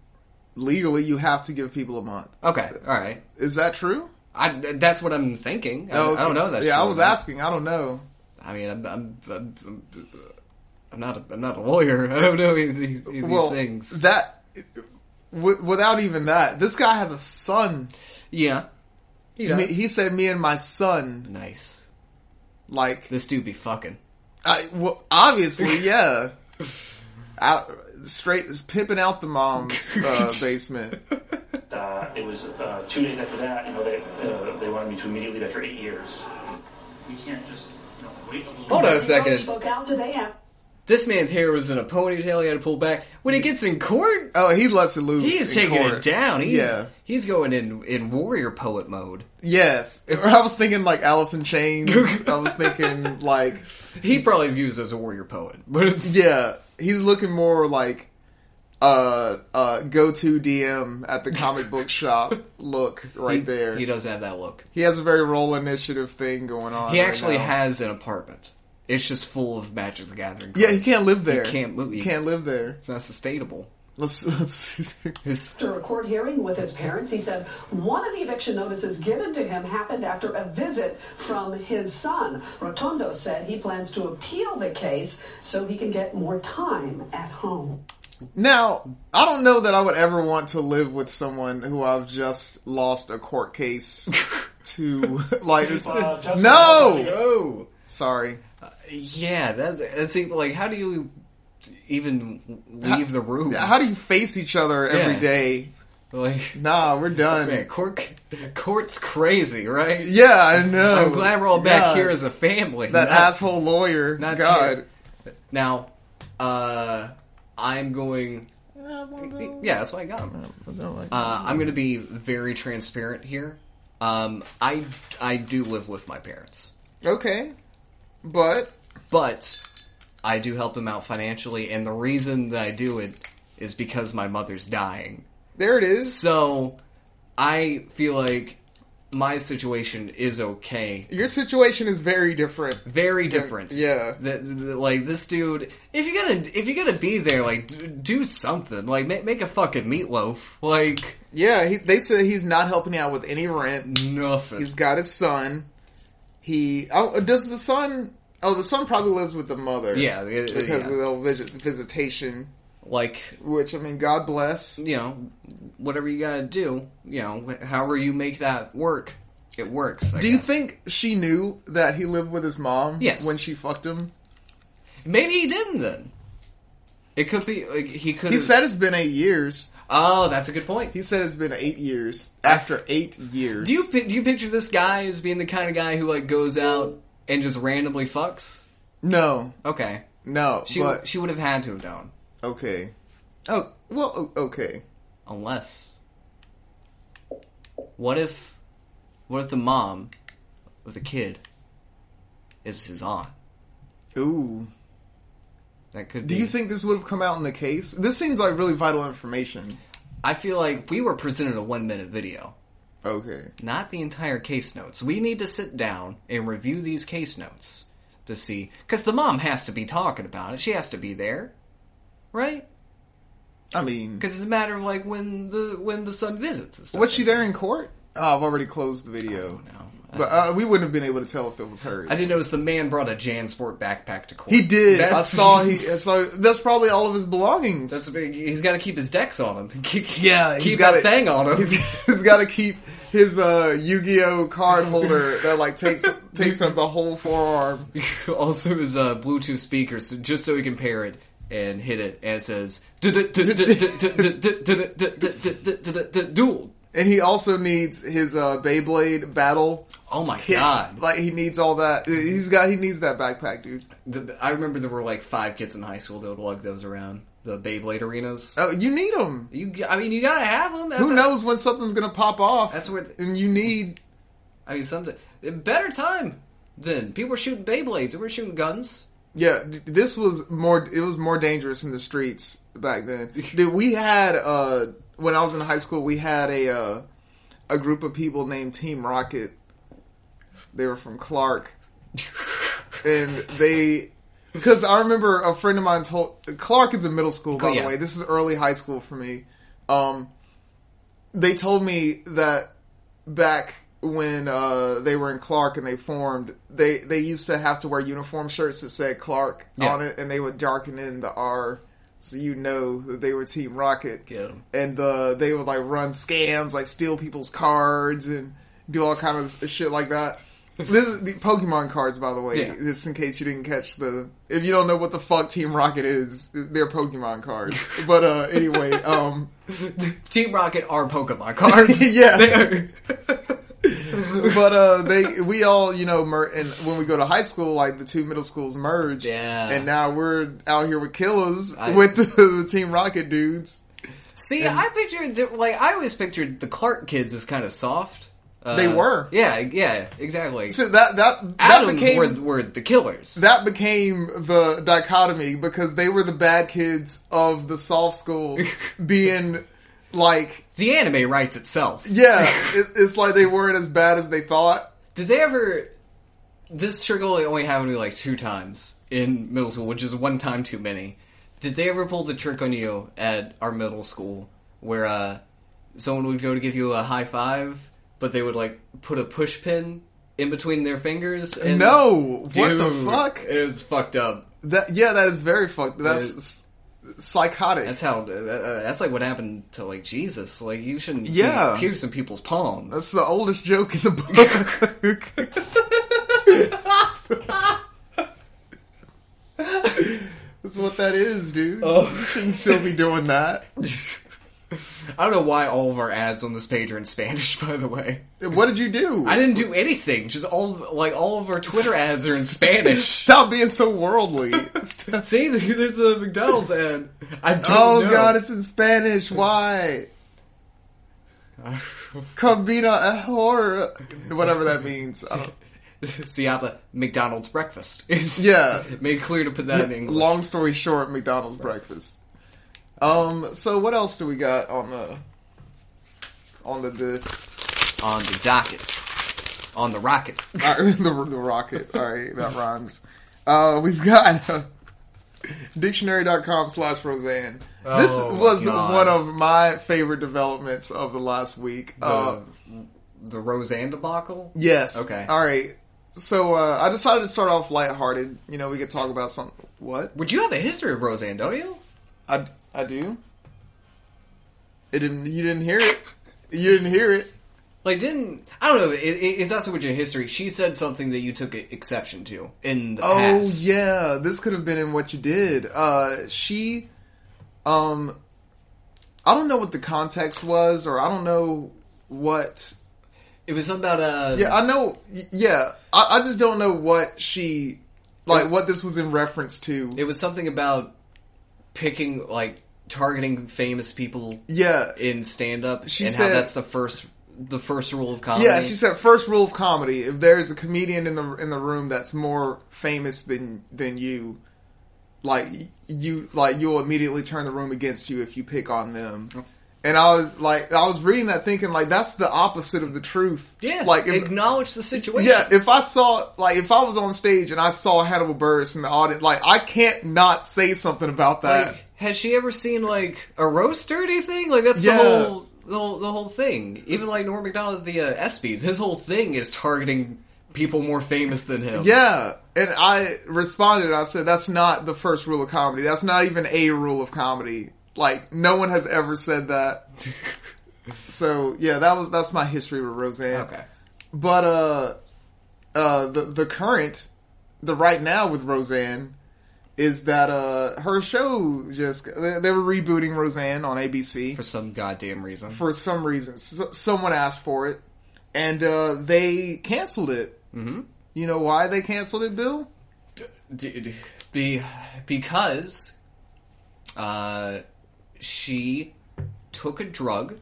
legally you have to give people a month Okay. All right. is that true I, that's what I'm thinking. I, I don't know that. yeah shit. i was asking i don't know I mean, I'm, I'm, I'm, I'm, I'm not. A, I'm not a lawyer. (laughs) I don't know these, these, these things. That w- without even that, this guy has a son. yeah. He does. Me, he said, "Me and my son." nice. Like, This dude be fucking. I well, (laughs) obviously, yeah. Out, straight is pimping out the mom's (laughs) uh, basement. uh, it was uh, two days after that, you know, they, uh, they wanted me to immediately leave after eight years. We can't just, you know, wait a little Hold on a He second. spoke out today after. This man's hair was in a ponytail. He had to pull back. When he gets in court, Oh, he lets it loose. he is in taking it court. down. He's, yeah. he's going in in warrior poet mode. Yes. (laughs) I was thinking like Alice in Chains. I (laughs) was thinking like He probably views as a warrior poet, (laughs) but it's Yeah, he's looking more like uh uh go to DM at the (laughs) comic book shop look right there. He He, does have that look. has a very role initiative thing going on. He right actually now. has an apartment. It's just full of Magic the Gathering. Yeah, he cards. can't live there. can't move- He can't live there. It's not sustainable. Let's (laughs) let's. His After a court hearing with his parents, he said one of the eviction notices given to him happened after a visit from his son. Rotondo said he plans to appeal the case so he can get more time at home. now, I don't know that I would ever want to live with someone who I've just lost a (laughs) court case to. (laughs) Like it's Uh, Justin, no. oh Sorry. yeah, that that's even- like how do you even leave the room? How do you face each other every Yeah. day? like Nah, we're done. man, court court's crazy, right? Yeah, I know. I'm glad we're all back God. here as a family. that not- asshole lawyer. not God. Now, uh, I'm going. Yeah, that's why I got him. Uh, I'm going to be very transparent here. Um, I I do live with my parents, okay, but but I do help them out financially, and the reason that I do it is because my mother's dying. there it is. So I feel like my situation is okay. Your situation is very different. Very different. Yeah. Th- th- like this dude, if you're gonna if you're gonna be there, like d- do something. Like make make a fucking meatloaf. Like Yeah, he, they said he's not helping out with any rent. nothing. He's got his son. He oh, does the son Oh, the son probably lives with the mother. Yeah, it- it- because yeah. of the visit, visitation. Like Which I mean, God bless. you know, whatever you gotta do, you know, wh- however you make that work, it works. I Do you guess. think she knew that he lived with his mom? Yes. When she fucked him, maybe he didn't? Then it could be like, he could. he said it's been eight years. "Oh, that's a good point." He said it's been eight years. After eight years, Ah. Do you pi- do you picture this guy as being the kind of guy who like goes out and just randomly fucks? No, Okay, no. she but she would have had to have known, okay. Oh well, o- okay. unless what if what if the mom of the kid is his aunt? Ooh. That could. Do be. you think this would have come out in the case? This seems like really vital information. I feel like we were presented a one minute video. Okay. not the entire case notes. We need to sit down and review these case notes to see because the mom has to be talking about it. She has to be there, right? I mean, Because it's a matter of like when the when the son visits. And stuff was she there in court? Oh, I've already closed the video. like that. Oh, No. But uh, we wouldn't have been able to tell if it was hers. I did notice the man brought a JanSport backpack to court. He did. I That's- (laughs) saw he. I saw that's probably all of his belongings. That's a big, he's got to keep his decks on him. Keep- yeah, he's keep got that thing on him. (laughs) He's, he's got to keep his uh, Yu-Gi-Oh card holder that (laughs) like takes takes up the whole forearm. also his uh, Bluetooth speakers so- just so he can pair it and hit it and it says duel. And he also needs his uh, Beyblade battle Oh my kits. god! Like he needs all that. He's got. He needs that backpack, dude. The- I remember there were like five kids in high school that would lug those around the Beyblade arenas. Oh, you need him. You, I mean, you gotta have them. That's Who a- knows when something's gonna pop off? That's where. the- and you need. I mean, something better time than people were shooting Beyblades. They were shooting guns. Yeah, d- this was more. It was more dangerous in the streets (laughs) back then. Dude, we had uh when I was in high school, we had a uh, a group of people named Team Rocket. They were (laughs) from Clark, and they. Because I remember a friend of mine told Clark is in middle school. By Oh, yeah. the way, this is early high school for me. Um, they told me that back when uh, they were in Clark and they formed, they they used to have to wear uniform shirts that said Clark Yeah. on it, and they would darken in the R, so you know that they were Team Rocket. Get 'em. And uh, they would like run scams, like steal people's cards and do all kind of shit (laughs) like that. This is the Pokemon cards, by the way, Yeah. just in case you didn't catch the. If you don't know what the fuck Team Rocket is, they're Pokemon cards. (laughs) But uh, anyway, um, Team Rocket are Pokemon cards. (laughs) Yeah. They are. (laughs) but uh they we all you know mer- and when we go to high school like the two middle schools merge Yeah. and now we're out here with killers I- with the, the team rocket dudes (laughs) See, I pictured di- like I always pictured the Clark kids as kind of soft. Uh, They were. Yeah. Yeah. Exactly. so that that that Adams became were, were the killers. that became the dichotomy because they were the bad kids of the soft (laughs) school being like the anime writes itself. yeah it, it's like they weren't as bad as they thought Did they ever? This trick only only happened to me like two times in middle school, which is one time too many. Did they ever pull the trick on you at our middle school where uh, someone would go to give you a high five, but they would like put a push pin in between their fingers? And, no what the Dude, fuck It was fucked up. that yeah that is very fucked that's s- psychotic That's how. Uh, uh, that's like what happened to like Jesus. Like you shouldn't be Yeah. piercing people's palms. That's the oldest joke in the (laughs) book. That's what that is, dude. Oh. You shouldn't still be doing that. I don't know why all of our ads on this page are in Spanish. (laughs) By the way. What did you do? I didn't do anything. Just all like all of our Twitter ads are in (laughs) Spanish. Stop being (laughs) so worldly. See, there's a McDonald's ad. I don't (laughs) oh know. god, it's in (laughs) Spanish. Why? Combina a horror, whatever that means. I don't- (laughs) Ciabla McDonald's breakfast. (laughs) It's Yeah. made clear to put that in English. Long story short, McDonald's breakfast. Um. So what else do we got on the on the (laughs) disc? on the docket, on the rocket. All right, the, the rocket. All right, that rhymes. Uh, we've got (laughs) uh, dictionary.com slash Roseanne. This Oh, was God. one of my favorite developments of the last week. The, Uh, the Roseanne debacle. yes. Okay. All right. so uh, I decided to start off lighthearted. You know, we could talk about something. What? Would you have a history of Roseanne, don't you? I, I do. It didn't. You didn't hear it. You didn't hear it. Like, didn't I don't know? It, it, it's not so much a history. She said something that you took exception to in the Oh past. yeah, this could have been in what you did. Uh, she, um, I don't know what the context was, or I don't know what. It was something about uh, Yeah, I know. y- Yeah, I, I just don't know what she, like, what this was in reference to. it was something about picking like targeting famous people yeah, in stand up and She how said- that's the first the first rule of comedy. yeah. She said, first rule of comedy: if there is a comedian in the in the room that's more famous than than you, like you like you'll immediately turn the room against you if you pick on them. Oh. And I was like, I was reading that thinking like that's the opposite of the truth. Yeah, like if, acknowledge the situation. yeah. If I saw like if I was on stage and I saw Hannibal Burris in the audience, like I can't not say something about that. Like, has she ever seen like a roaster or anything? Like that's Yeah. the whole the whole, the whole thing. Even like Norm Macdonald at the uh, ESPYS, his whole thing is targeting people more famous than him. Yeah. And I responded and I said, that's not the first rule of comedy. That's not even a rule of comedy. Like, no one has ever said that. (laughs) so yeah, that was that's my history with Roseanne. Okay. But uh uh the the current the right now with Roseanne is that uh her show just they, they were rebooting Roseanne on ABC For some goddamn reason. for some reason. S- someone asked for it, and uh, they canceled it. Mm-hmm. You know why they canceled it, Bill? D- d- be because uh, she took a drug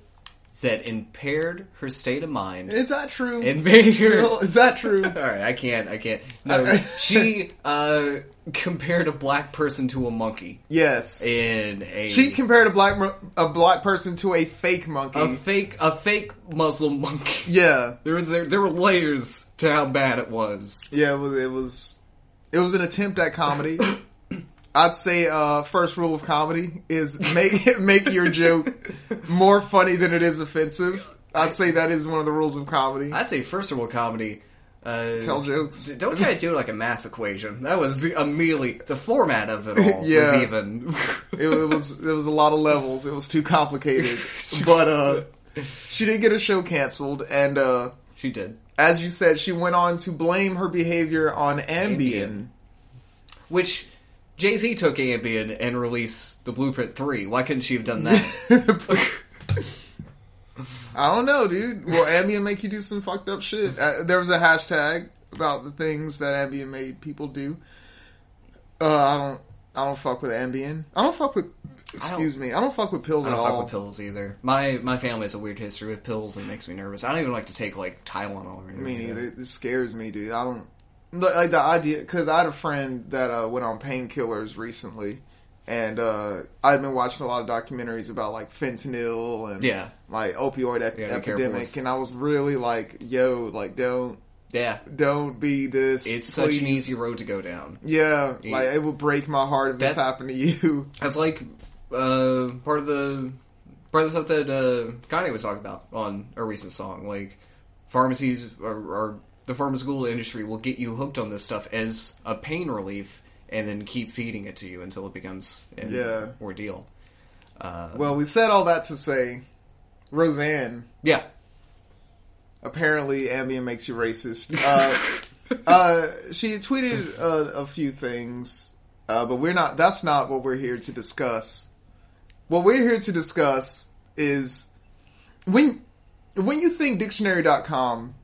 that impaired her state of mind (laughs) Is that true? and made her. Bill, All is that true? right, I can't. I can't. No, she uh, compared a black person to a monkey yes. in a she compared a black mo- a black person to a fake monkey. a fake a fake Muslim monkey. yeah, There was there, there were layers to how bad it was. yeah. It was it was it was an attempt at comedy. I'd say uh, first rule of comedy is make (laughs) make your joke more funny than it is offensive. I'd say that is one of the rules of comedy. I'd say first of all, comedy. Uh, Tell jokes. Don't try to do it like a math equation. That was immediately the format of (laughs) it all Yeah. was even. (laughs) it, it was it was a lot of levels. It was too complicated. But uh, she did get her show canceled, and uh, she did, as you said, she went on to blame her behavior on Ambien. Ambien. which Jay Z took Ambien and released the Blueprint Three. Why couldn't she have done (laughs) that? I don't know, dude. Will Ambien make you do some fucked up shit? Uh, there was a hashtag about the things that Ambien made people do. Uh, I don't. I don't fuck with Ambien. I don't fuck with. Excuse me. I don't fuck with pills I at don't all. fuck with pills either. My my family has a weird history with pills and it makes me nervous. I don't even like to take like Tylenol or anything. Me like that. neither. It scares me, dude. I don't like like, the idea because I had a friend that uh, went on painkillers recently, and uh, I've been watching a lot of documentaries about like fentanyl and Yeah. like opioid ep- Yeah, be careful epidemic, with- and I was really like, yo, like don't Yeah, don't be this. it's please. such an easy road to go down. Yeah, like it would break my heart if this That's- happened to you. That's like uh, part of the part of the stuff that uh, Kanye was talking about on a recent song. Like pharmacies or, or the pharmaceutical industry will get you hooked on this stuff as a pain relief, and then keep feeding it to you until it becomes an Yeah. ordeal. Uh, (laughs) well, we said all that to say, Roseanne. Yeah, apparently Ambien makes you racist. Uh, uh, she tweeted a, a few things, uh, but we're not. That's not what we're here to discuss. What we're here to discuss is when when you think dictionary.com,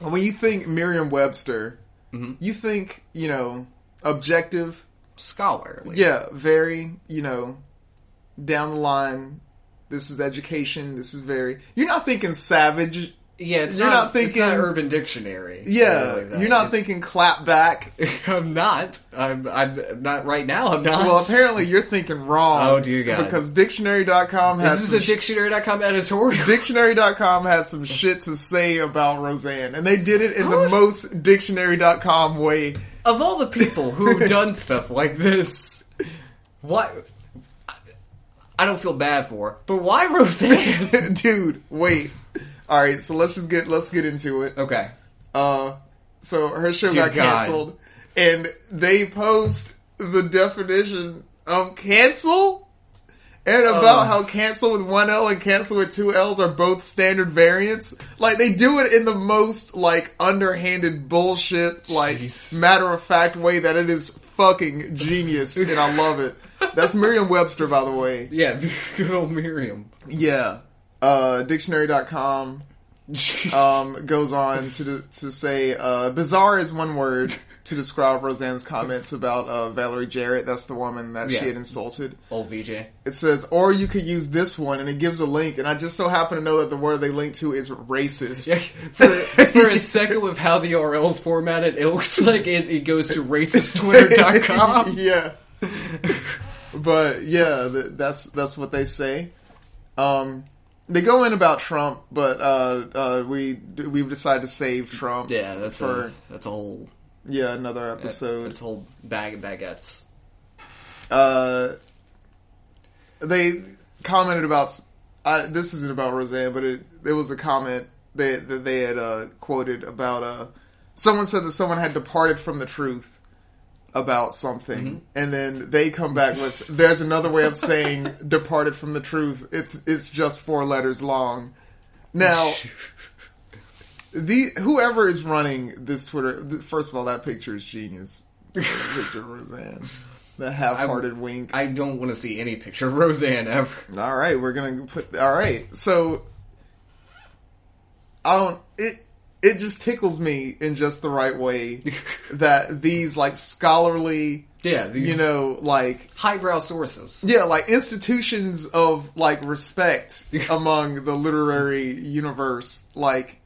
and when you think Merriam-Webster, you think you know objective. scholarly. Yeah, very you know down the line. This is education. This is very. You're not thinking savage. yeah. It's You're not, not It's not thinking- Urban Dictionary. Yeah, or like that. you're not thinking clap back. (laughs) I'm not. I'm. I'm not right now. I'm not. Well, apparently you're thinking wrong. Oh, dear God. Because dictionary.com has this is some a dictionary.com editorial. dictionary.com had some shit to say about Roseanne, and they did it in the Who- most dictionary.com way. (laughs) of all the people who've done stuff like this, why? I- I don't feel bad for, her, but why (laughs) Roseanne? Dude, wait. All right, so let's just get let's get into it. okay, Uh, So her show Dear got God. canceled, and they post the definition of cancel and about Ugh. how cancel with one L and cancel with two L's are both standard variants. Like they do it in the most like underhanded bullshit, like Jeez. matter of fact way that it is fucking genius, and I love it. That's Merriam-Webster, by (laughs) the way. Yeah, good old Miriam. Yeah. Uh, dictionary.com um, goes on to to say uh, bizarre is (laughs) one word to describe Roseanne's comments about uh, Valerie Jarrett. That's the woman that Yeah. she had insulted. (laughs) old VJ. It says, or you could use this one, and it gives a link. And I just so happen to know that the word they link to is racist. Yeah, for, for a second with how the RL's formatted, it looks like it, it goes to racisttwitter.com. (laughs) yeah. but yeah, th- that's that's what they say. Um, they go in about Trump, but uh, uh, we we've decided to save Trump. Yeah, that's for a that's a whole yeah another episode. episode. That's a whole bag of baguettes. uh, they commented about I, this isn't about Roseanne, but it it was a comment that that they had uh, quoted about uh, someone said that someone had departed from the truth about something, and then they come back with there's another way of saying departed from the truth. It's it's just four letters long. Now. The whoever is running this Twitter, th- first of all, that picture is genius. Picture of Roseanne, the half-hearted wink. (laughs) I don't want to see any picture of Roseanne ever. All right, we're gonna put. All right, so I don't. It it just tickles me in just the right way that these like scholarly, Yeah, these you know, like highbrow sources. yeah, like institutions of like respect among the literary universe, like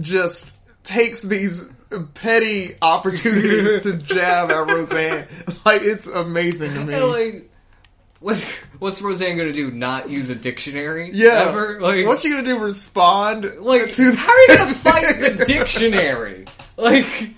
just takes these petty opportunities to jab at Roseanne. (laughs) Like it's amazing to me. Yeah, like, what, what's Roseanne going to do? Not use a dictionary? Yeah. Ever? Like, What's she gonna do? Respond? like to how are you going to fight (laughs) the dictionary? Like,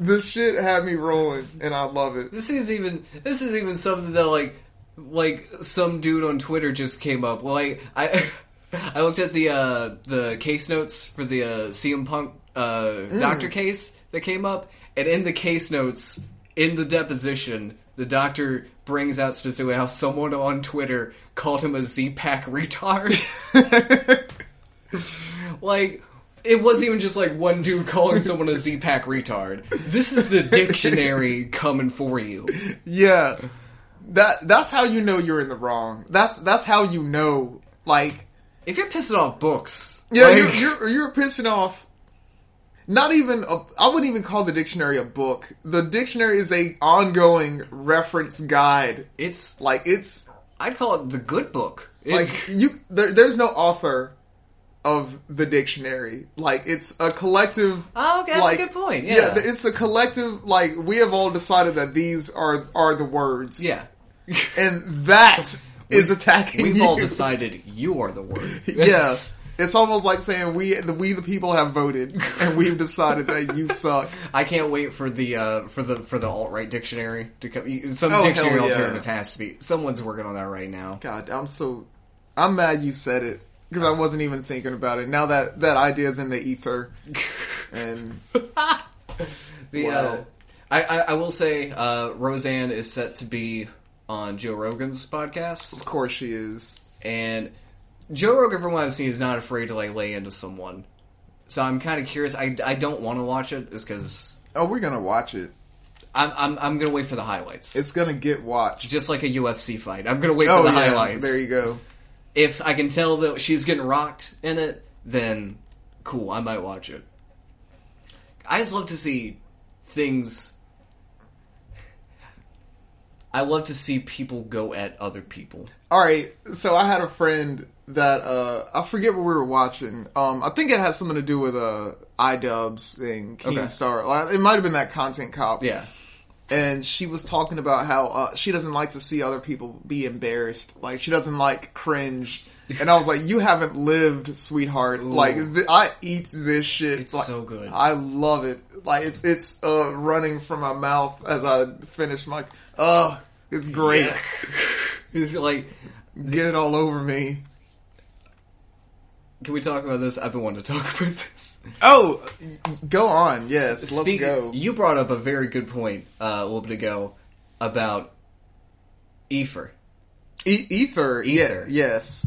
this shit had me rolling, and I love it. this is even this is even something that like like some dude on Twitter just came up. Well, I I, (laughs) I looked at the uh, the case notes for the uh, CM Punk uh, doctor case that came up, and in the case notes in the deposition, the doctor brings out specifically how someone on Twitter called him a Z Pack retard. (laughs) like. It wasn't even just like one dude calling someone a Z Pack retard. This is the dictionary coming for you. Yeah, that that's how you know you're in the wrong. That's that's how you know. Like, If you're pissing off books, yeah, like, you're, you're you're pissing off. Not even a, I wouldn't even call the dictionary a book. The dictionary is a ongoing reference guide. it's Like it's I'd call it the good book. It's, like you there, there's no author of the dictionary like it's a collective Oh, okay, that's a like- good point, yeah. th- it's a collective like we have all decided that these are are the words (laughs) yeah, and that is attacking we've you. all decided you are the word. (laughs) yeah it's almost like saying we the we the people have voted and we've decided (laughs) that you suck I can't wait for the uh, for the for the alt right dictionary to come. you- Some Oh, dictionary hell yeah. alternative has to be. Someone's working on that right now. god i'm so i'm mad you said it because i wasn't even thinking about it now that that idea is in the (laughs) ether and The uh, Wow. I, I I will say uh, Roseanne is set to be on Joe Rogan's podcast, of course she is and Joe Rogan, from what I've seen, is not afraid to like lay into someone. So I'm kind of curious. I, I don't want to watch it, is because oh we're gonna watch it I'm, I'm I'm gonna wait for the highlights. It's gonna get watched. just like a UFC fight. I'm gonna wait oh, for the yeah, highlights. There you go. If I can tell that she's getting rocked in it, then cool, I might watch it. I just love to see things. I love to see people go at other people. All right. So I had a friend that uh, I forget what we were watching. Um, I think it has something to do with uh, iDubbbz thing, Keemstar. Like, It might have been that content cop. Yeah, And she was talking about how uh, she doesn't like to see other people be embarrassed. Like she doesn't like cringe. And I was like, "You haven't lived, sweetheart. Like th- I eat this shit. It's Like, so good. I love it. Like it, it's uh, running from my mouth as I finish my. Ugh, it's great. (laughs) it's like Get it all over me. Can we talk about this? I've been wanting to talk about this. Oh, go on. Yes, Speak- let's go. You brought up a very good point uh, a little bit ago about Ether. E- ether. Ether. Yeah. Yes.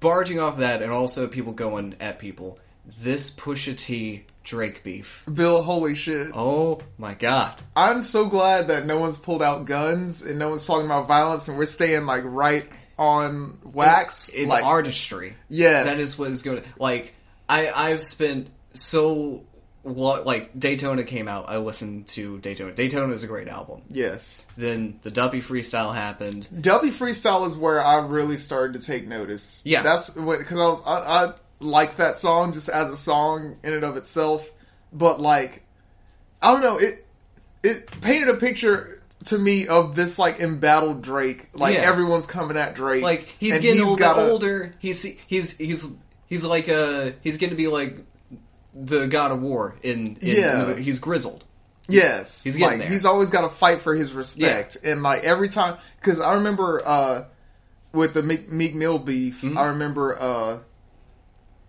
Barging off that and also people going at people, this Pusha T Drake beef. Bill, holy shit. Oh my god. I'm so glad that no one's pulled out guns and no one's talking about violence and we're staying like right on wax. It's like, artistry. Yes. That is what is going to. Like, I, I've spent so. What, like, Daytona came out. I listened to Daytona. Daytona is a great album. Yes. Then the Duppy freestyle happened. Dubby freestyle is where I really started to take notice. Yeah. that's what because I was I, I like that song just as a song in and of itself, but like I don't know it it painted a picture to me of this like embattled Drake, like Yeah. everyone's coming at Drake, Like he's and getting a little bit gotta- older. He's he's he's he's like a he's going to be like the God of War in, in Yeah. in the- he's grizzled. Yes, He's getting like, there. He's always got to fight for his respect, and like every time, because I remember uh, with the Meek, Meek Mill beef, Mm-hmm. I remember uh,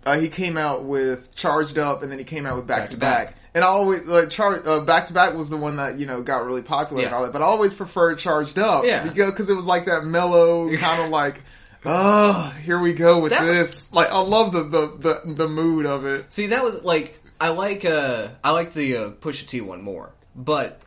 uh, he came out with Charged Up, and then he came out with Back, to Back, and I always like Char- uh, Back to Back was the one that you know got really popular and Yeah. all that, but I always preferred Charged Up, Yeah. because it was like (laughs) that mellow kind of like. Oh, here we go with That was- this. Like I love the, the the the mood of it. See, that was like I like uh I like the uh, Pusha T one more, but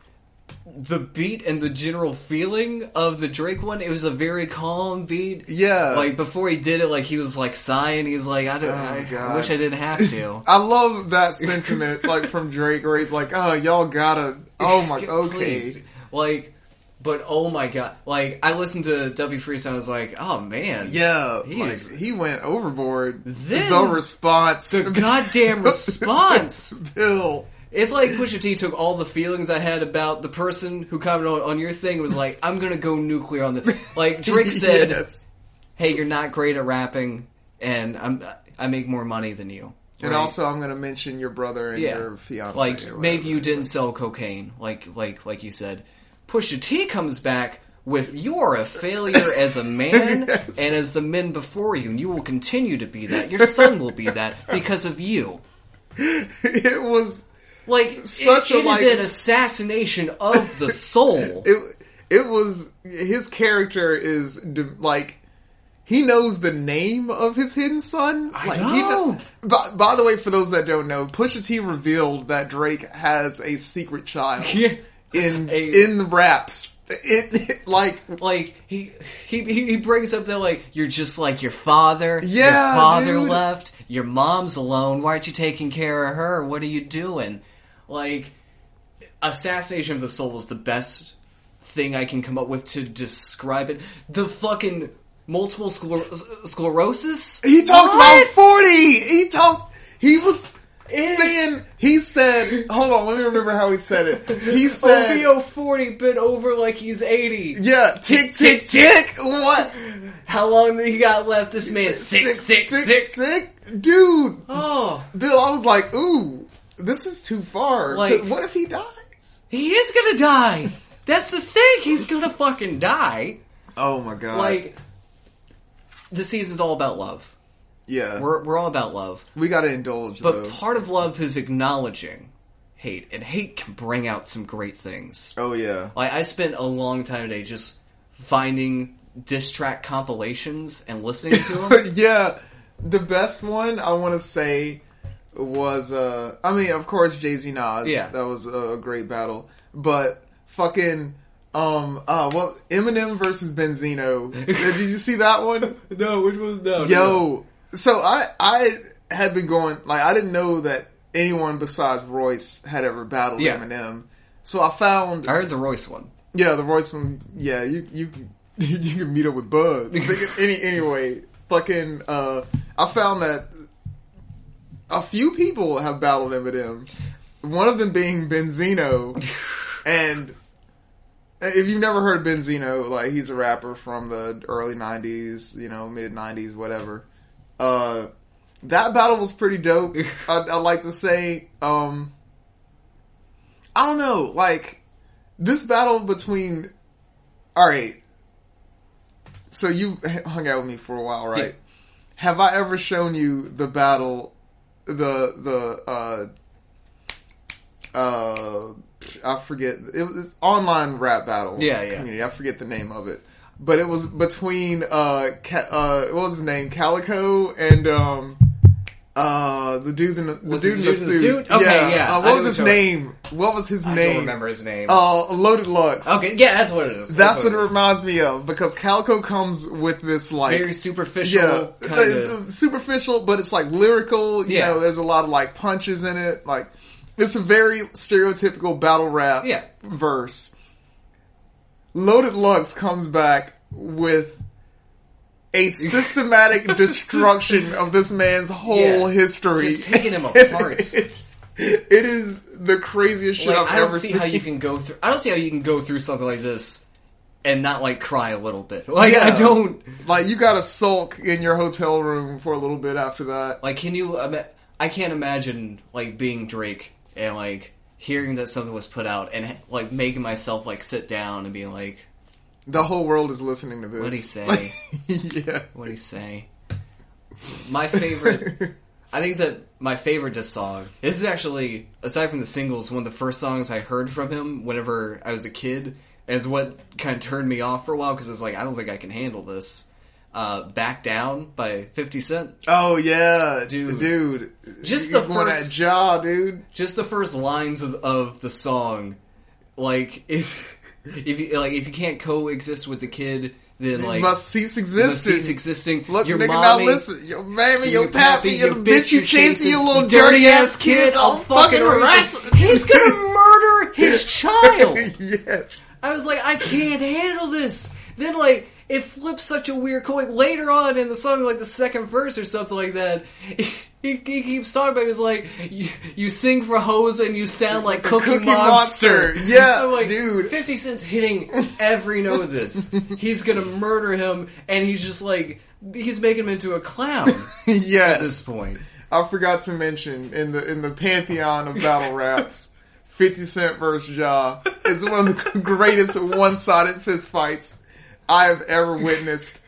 the beat and the general feeling of the Drake one, it was a very calm beat. Yeah. Oh Like before he did it, like he was like sighing. He was like, I, don't, my I, I God. wish I didn't have (laughs) to. I love that sentiment, like from Drake, where he's like, "Oh, y'all gotta, oh (laughs) my, Get okay." pleased. Like, but oh my god. Like, I listened to W Freestyle and I was like, oh man. Yeah, He like, is- he went overboard. Then- the response, The goddamn response. (laughs) Bill. It's like Pusha T took all the feelings I had about the person who commented on, on your thing and was like, I'm gonna go nuclear on this. Like, (laughs) Drake said, Yes. hey, you're not great at rapping and I'm, I make more money than you. and Right? also I'm gonna mention your brother and yeah. your fiance. Like or maybe whatever. you didn't sell cocaine, like like like you said. Pusha T comes back with you are a failure as a (laughs) man and as the men before you, and you will continue to be that. Your son will be that because of you. (laughs) it was Like Such such a, it, it is like- an assassination of (laughs) the soul. it. It was his character is de- like. He knows the name of his hidden son. I like, know. He, by, by the way, for those that don't know, Pusha T revealed that Drake has a secret child. (laughs) Yeah. in A- in the raps. It, it- like like he he he he brings up that like you're just like your father. Yeah, your father dude. left. Your mom's alone. Why aren't you taking care of her? What are you doing? Like, assassination of the soul is the best thing I can come up with to describe it. The fucking multiple scler- sclerosis. he talked What? about forty. He talked. He was Eh. saying. He said. Hold on. Let me remember how he said it. (laughs) Oh, He said. OVO forty been over like he's eighty. Yeah. Tick tick tick. What? How long he got left? This man six six six. sick. Dude, Oh, Bill. I was like, ooh, this is too far. Like- what if he dies? He is gonna die. That's the thing. He's gonna fucking die. Oh my god. Like, the season's all about love. yeah. We're we're all about love. we gotta indulge But though. part of love is acknowledging hate, and hate can bring out some great things. oh yeah. Like I spent a long time today just finding diss track compilations and listening (laughs) to them. (laughs) yeah, the best one I want to say was uh I mean, of course Jay Z Nas. Yeah. that was a great battle. But fucking um uh well Eminem (laughs) versus Benzino. Did you see that one? no, which was no. Yo, so I I had been going like I didn't know that anyone besides Royce had ever battled Yeah. Eminem. So I found I heard the Royce one. yeah, the Royce one. Yeah, you you (laughs) can- you can meet up with Bud. Like, Any anyway, fucking. Uh, I found that a few people have battled Eminem. One of them being Benzino, and if you've never heard of Benzino, like he's a rapper from the early '90s, you know, mid '90s, whatever. Uh, that battle was pretty dope. (laughs) I, I like to say. Um, I don't know, like this battle between all right so you h- hung out with me for a while right Have I ever shown you the battle, the the uh, uh, I forget it was online rap battle. Yeah, yeah. Community. I forget the name of it, but it was between uh, Ca- uh what was his name, Calico, and um. Uh, the dudes in the, the Was it dude, in the suit. Okay, yeah, I know Uh, what was which his one. name? What was his I name? don't remember his name. Uh, Loaded Lux. okay, yeah, that's what it is. That's what it is. reminds me of because Calico comes with this like Very superficial. yeah, kind it's, of, uh, superficial, but it's like lyrical. You Yeah. know, there's a lot of like punches in it. Like it's a very stereotypical battle rap Yeah. verse. Loaded Lux comes back with (laughs) a systematic destruction of this man's whole Yeah. history. Just taking (laughs) him apart. It's- it is the craziest shit like, I've I don't ever see seen. how you can go through. I don't see how you can go through something like this and not like cry a little bit. Like I Yeah. don't. Like you gotta sulk in your hotel room for a little bit after that. Like, can you? ima- I can't imagine like being Drake and like hearing that something was put out and like making myself like sit down and being like, The whole world is listening to this. (laughs) "What'd he say? yeah. What'd he say?" My favorite. (laughs) I think that my favorite diss song. This is actually, aside from the singles, one of the first songs I heard from him whenever I was a kid, and it's what kind of turned me off for a while because it's like I don't think I can handle this. Uh, Back down by Fifty Cent. Oh yeah, Dude. Dude, Just You the going first- at jaw, dude. just the first lines of, of the song like if (laughs) if you like if you can't coexist with the kid then like must cease must existing. cease existing Look, your nigga, mommy, now listen. Your mammy, your, your pappy, pappy, your your bitch, bitch you you chasing, chasing, your little you dirty ass kids. I'll I'm fucking fucking harass. arrest- (laughs) he's gonna murder his child (laughs) yes. i was like i can't handle this then like it flips such a weird coin later on in the song like the second verse or something like that (laughs) he, he keeps talking about it, he's like you, you sing for hoes and you sound like The cookie, Cookie monster. (laughs) Monster. Yeah, I'm like, dude. 50 Cent's hitting every note of (laughs) this. He's gonna murder him, and he's just like, he's making him into a clown at yes. this point. I forgot to mention in the in the pantheon of (laughs) battle raps, Fifty Cent versus Jaw is one of the (laughs) greatest one sided fist fights I have ever witnessed.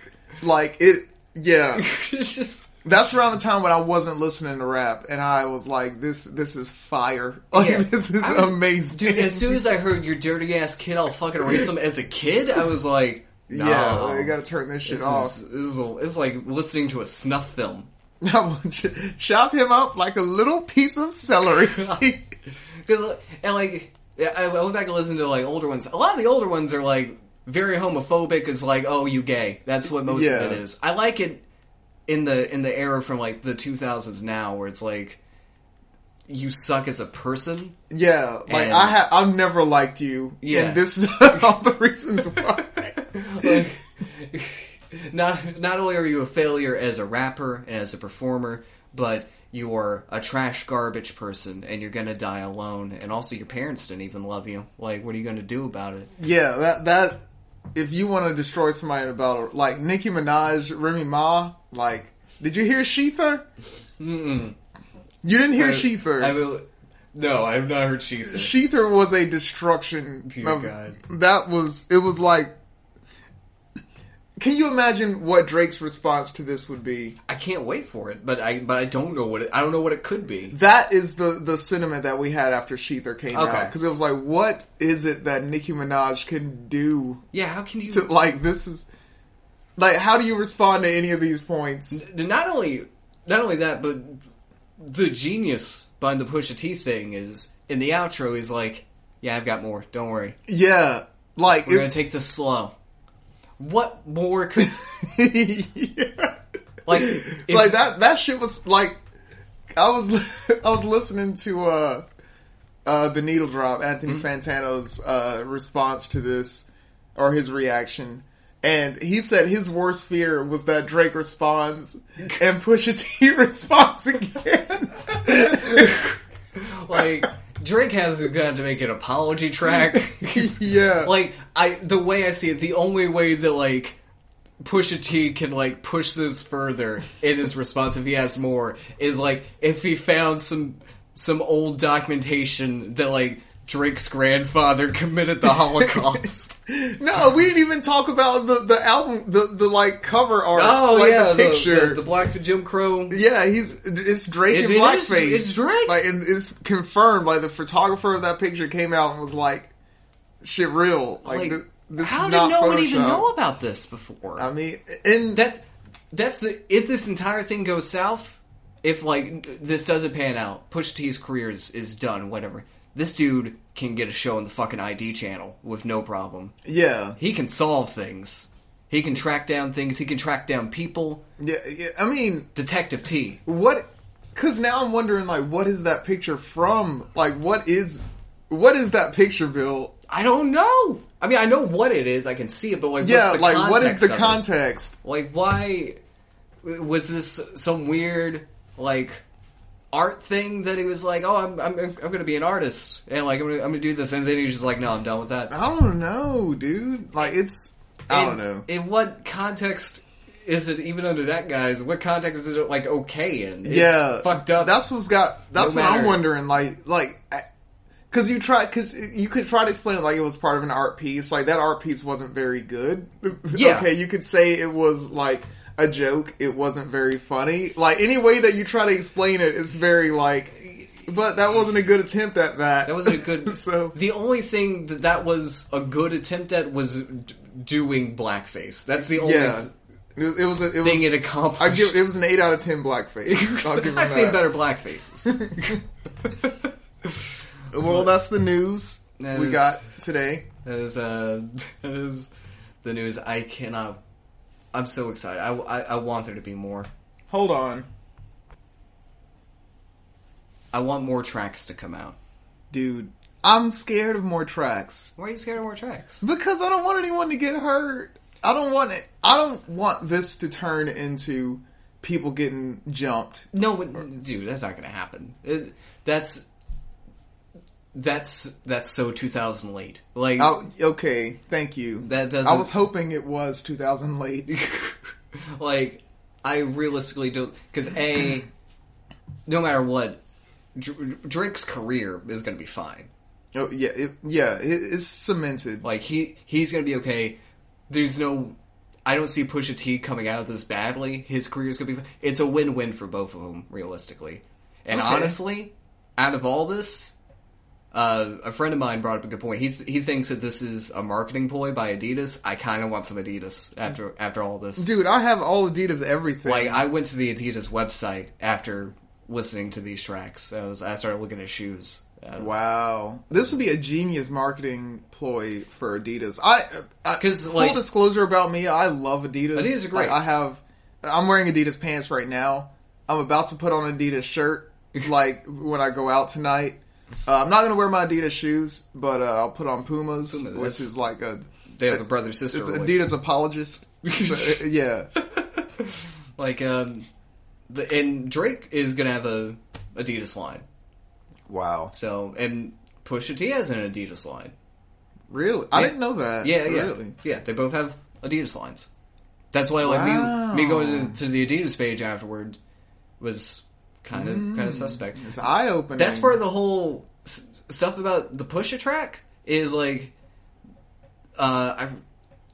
Like it, yeah. (laughs) it's (laughs) just, That's around the time when I wasn't listening to rap, and I was like, "This this is fire! (laughs) Like Yeah. this is I'm- amazing." dude, as soon as I heard your dirty ass kid, I'll fucking erase him as a kid, I was like, no. (laughs) (laughs) yeah, I gotta turn this shit this off. (laughs) is, this, is a, this is like listening to a snuff film. I want you- (laughs) Chop him up like a little piece (laughs) of celery. Because uh, and like yeah, I I went back and listened to like older ones. A lot of the older ones are like very homophobic. Is like oh you gay. That's what most Yeah. of it is. I like it in the in the era from like the 2000s now where it's like you suck as a person. Yeah, like And- I ha- I've never liked you, Yeah. and this is (laughs) all the (laughs) reasons why. Like, (laughs) not not only are you a failure as a rapper and as a performer, but you are a trash garbage person and you're gonna die alone. And also your parents didn't even love you. Like what are you gonna do about it? yeah, that that if you want to destroy somebody in a battle, like Nicki Minaj, Remy Ma, like did you hear Sheether? Mm-mm. You didn't hear Sheether. I will. No, I've not heard Sheether. Sheether was a destruction. Dear of- God. That was it was like Can you imagine what Drake's response to this would be? I can't wait for it, but I but I don't know what it, I don't know what it could be. That is the the sentiment that we had after Sheether came out. 'Cause Okay. out because it was like, what is it that Nicki Minaj can do Yeah, how can you to like this is like how do you respond to any of these points? not only not only that, but the genius behind the Pusha T thing is in the outro is like, yeah, I've got more. Don't worry, Yeah, like we're gonna it- take this slow. What more (laughs) could Yeah. like if, like that that shit was like I was (laughs) I was listening to uh uh the needle drop Anthony Mm-hmm. Fantano's uh response to this or his reaction and he said his worst fear was that Drake responds (laughs) and Pusha T (laughs) responds again. (laughs) like Drake has got to make an apology track. (laughs) yeah. like I the way I see it, the only way that like Pusha T can like push this further in his response if he has more is like if he found some some old documentation that like Drake's grandfather (laughs) committed the Holocaust. (laughs) No, we didn't even talk about the, the album, the, the like cover art, oh like yeah, the picture. the, the black Jim Crow. yeah, he's it's Drake It's- in it is- blackface. it's Drake. Like, and it's confirmed. Like the photographer of that picture came out and was like, "Shit, real." Like, Like, th- this how is did not no Photoshop. one even know about this before? I mean, and that's that's the if this entire thing goes south, if like this doesn't pan out, Pusha T's career is, is done. Whatever. This dude can get a show on the fucking ID channel with no problem. yeah, He can solve things. He can track down things. He can track down people. yeah, yeah. I mean, Detective T. what because now i'm wondering like what is that picture from like what is what is that picture bill I don't know. I mean, I know what it is. I can see it, but like, yeah what's the like what is context the of it? context Like, why was this some weird like art thing that he was like, oh, I'm I'm I'm gonna be an artist and like I'm gonna, I'm gonna do this, and then he's just like, no, I'm done with that. i don't know dude like it's i don't In- know In what context is it even under that guy's? What context is it like okay in? It's yeah fucked up. that's what's got that's No what i'm matter. wondering like like because you try because you could try to explain it like it was part of an art piece like that art piece wasn't very good (laughs) Yeah. okay you could say it was like a joke it wasn't very funny like any way that you try to explain it is very like but that wasn't a good attempt at that That wasn't a good. (laughs) so the only thing that that was a good attempt at was d- doing blackface. That's the only yeah th- it was it was, a, it thing it was accomplished. (laughs) I give it was an eight out of ten blackface. I'll give him I've seen that. better (laughs) blackfaces. Well, that's the news That we is- got today. that is, uh, (laughs) that is the news. I cannot. I'm so excited. I, I, I want there to be more. Hold on, I want more tracks to come out. dude. I'm scared of more tracks. Why are you scared of more tracks? Because I don't want anyone to get hurt. I don't want it. I don't want this to turn into people getting jumped. No, but, dude, that's not gonna happen. It, that's that's that's so 2008. Like I, Oh, okay, thank you. That doesn't- I was hoping it was 2000 late. (laughs) like I realistically don't because a no matter what Dr- Drake's career is going to be fine. oh yeah, it, yeah, it, it's cemented. Like he he's going to be okay. There's no I don't see Pusha T coming out of this badly. His career's going to be it's a win-win for both of them realistically. And Okay. honestly, out of all this uh, a friend of mine brought up a good point. He's, he thinks that this is a marketing ploy by Adidas. I kind of want some Adidas after after all this. Dude, I have all Adidas everything. Like I went to the Adidas website after listening to these tracks. I was I started looking at shoes. Uh, Wow, this would be a genius marketing ploy for Adidas. I, I 'Cause, full like- disclosure about me, I love Adidas. Adidas are great. Like, I have, I'm wearing Adidas pants right now. I'm about to put on an (laughs) Adidas shirt, like when I go out tonight. Uh, I'm not gonna wear my Adidas shoes, but uh, I'll put on Pumas, Pumas, which that's- is like a They have a brother sister. it's (laughs) Adidas apologist. So, uh, yeah, Like um, the, and Drake is gonna have a Adidas line. wow, So and Pusha T has an Adidas line. really? I Yeah. didn't know that. Yeah, yeah, really. yeah. They both have Adidas lines. That's why like Wow. me me going to, to the Adidas page afterward was kind of kind of suspect. It's eye opening. That's part of the whole s- stuff about the push a track is like, uh,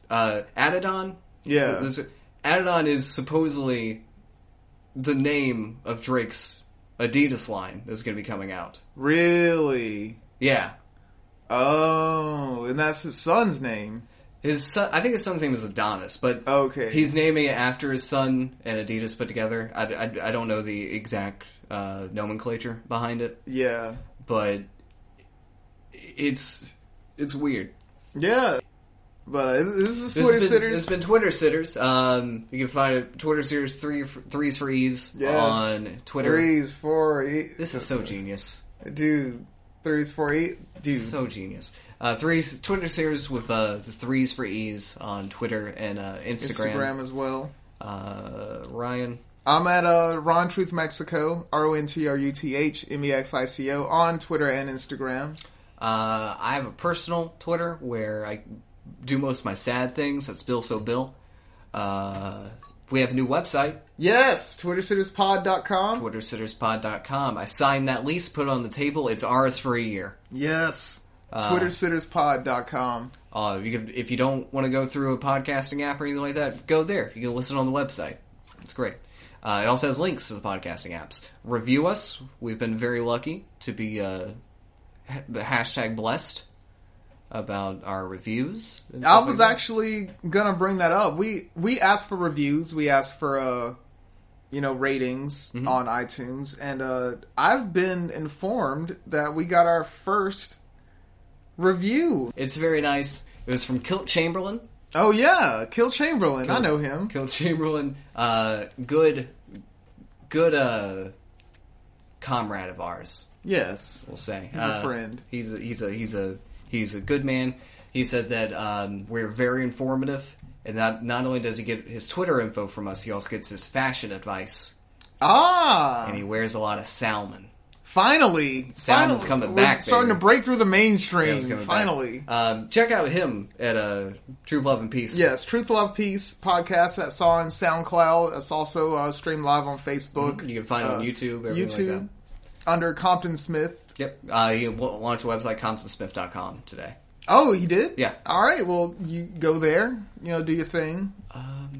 I, uh, Adidon. Yeah. This- Adidon is supposedly the name of Drake's Adidas line that's going to be coming out. really. Yeah. Oh, and that's his son's name. His son, I think his son's name is Adonis, but Okay. he's naming it after his son and Adidas put together. I, I, I don't know the exact uh, nomenclature behind it, Yeah. but it's it's weird. Yeah. But this This is Twitter has been, sitters. It's been Twitter sitters. Um, you can find it Twitter sitters three f- threes for ease Yes. on Twitter. Threes, four, eight. This is so genius, dude. Threes, four, eight. Dude. so genius. Uh, threes Twitter series with uh, the threes for ease on Twitter and uh, Instagram. Instagram. as well. Uh, Ryan, I'm at uh, Ron Truth Mexico. R O N T R U T H M E X I C O on Twitter and Instagram. uh, I have a personal Twitter where I do most of my sad things. That's Bill so Bill. Uh, we have a new website, Yes, TwitterSittersPod.com. twittersitterspod.com. I signed that lease, put it on the table. It's ours for a year. Yes. TwitterSittersPod.com. Uh, you can, if you don't want to go through a podcasting app or anything like that, go there. You can listen on the website. It's great. Uh, it also has links to the podcasting apps. Review us. We've been very lucky to be uh, ha- hashtag blessed about our reviews. and I stuff like was that. actually gonna bring that up. We we asked for reviews. We asked for uh, you know, ratings Mm-hmm. on iTunes, and uh, I've been informed that we got our first review. It's very nice. It was from Kilt Chamberlain. Oh yeah, Kill Chamberlain. I know him. Kilt Chamberlain, uh, good, good uh, comrade of ours. Yes. we'll say. Uh, He's a friend. He's a, he's a he's a he's a good man. He said that um, we're very informative, and that not only does he get his Twitter info from us, he also gets his fashion advice, Ah, and he wears a lot of salmon. finally, Salmon's finally. coming We're back, Starting baby. to break through the Yeah, it's mainstream. coming back. finally. um, check out him at uh, True Love and Peace. Yes, Truth, Love, Peace podcast that's on SoundCloud. That's also uh, streamed live on Facebook. Mhm, you can find it on YouTube, everything like Uh, YouTube under Compton Smith. Yep. Uh, he wa- launched a website, ComptonSmith.com today. Oh, he did. Yeah. All right. Well, you go there. You know, do your thing.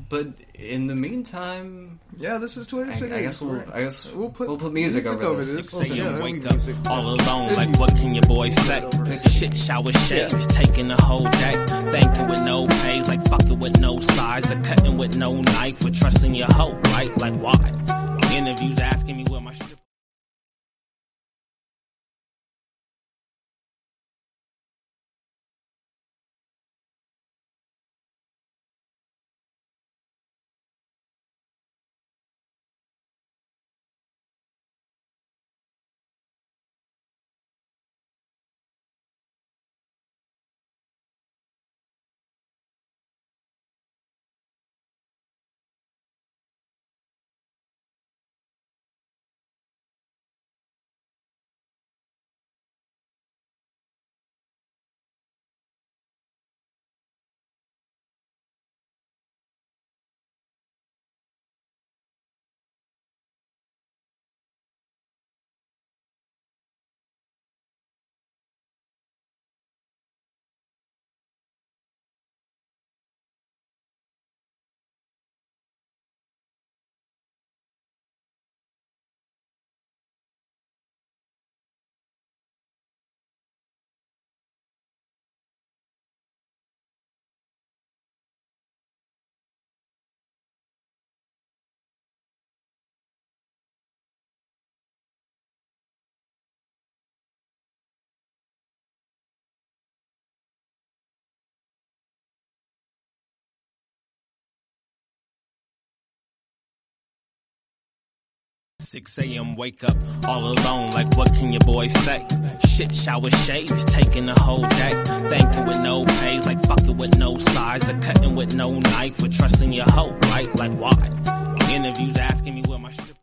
But in the meantime, Yeah, this is Twitter I, City. I guess we'll I guess we'll put, music, over, this. Say Yeah, I'm that'd waked be up music. all alone. Like, what can your boy say? Shit shower shakes, taking the whole day. Thanking with no pays, like fucking with no size, like cutting with no knife, or trusting your hoe, right? Like, why? Interviews asking me where my shit. Six a.m. wake up all alone. Like, what can your boy say? Shit shower shakes, taking the whole day. Thanking with no pays, like fucking with no size, like cutting with no knife, or trusting your hoe, right? Like, why? Interviews asking me where my shit.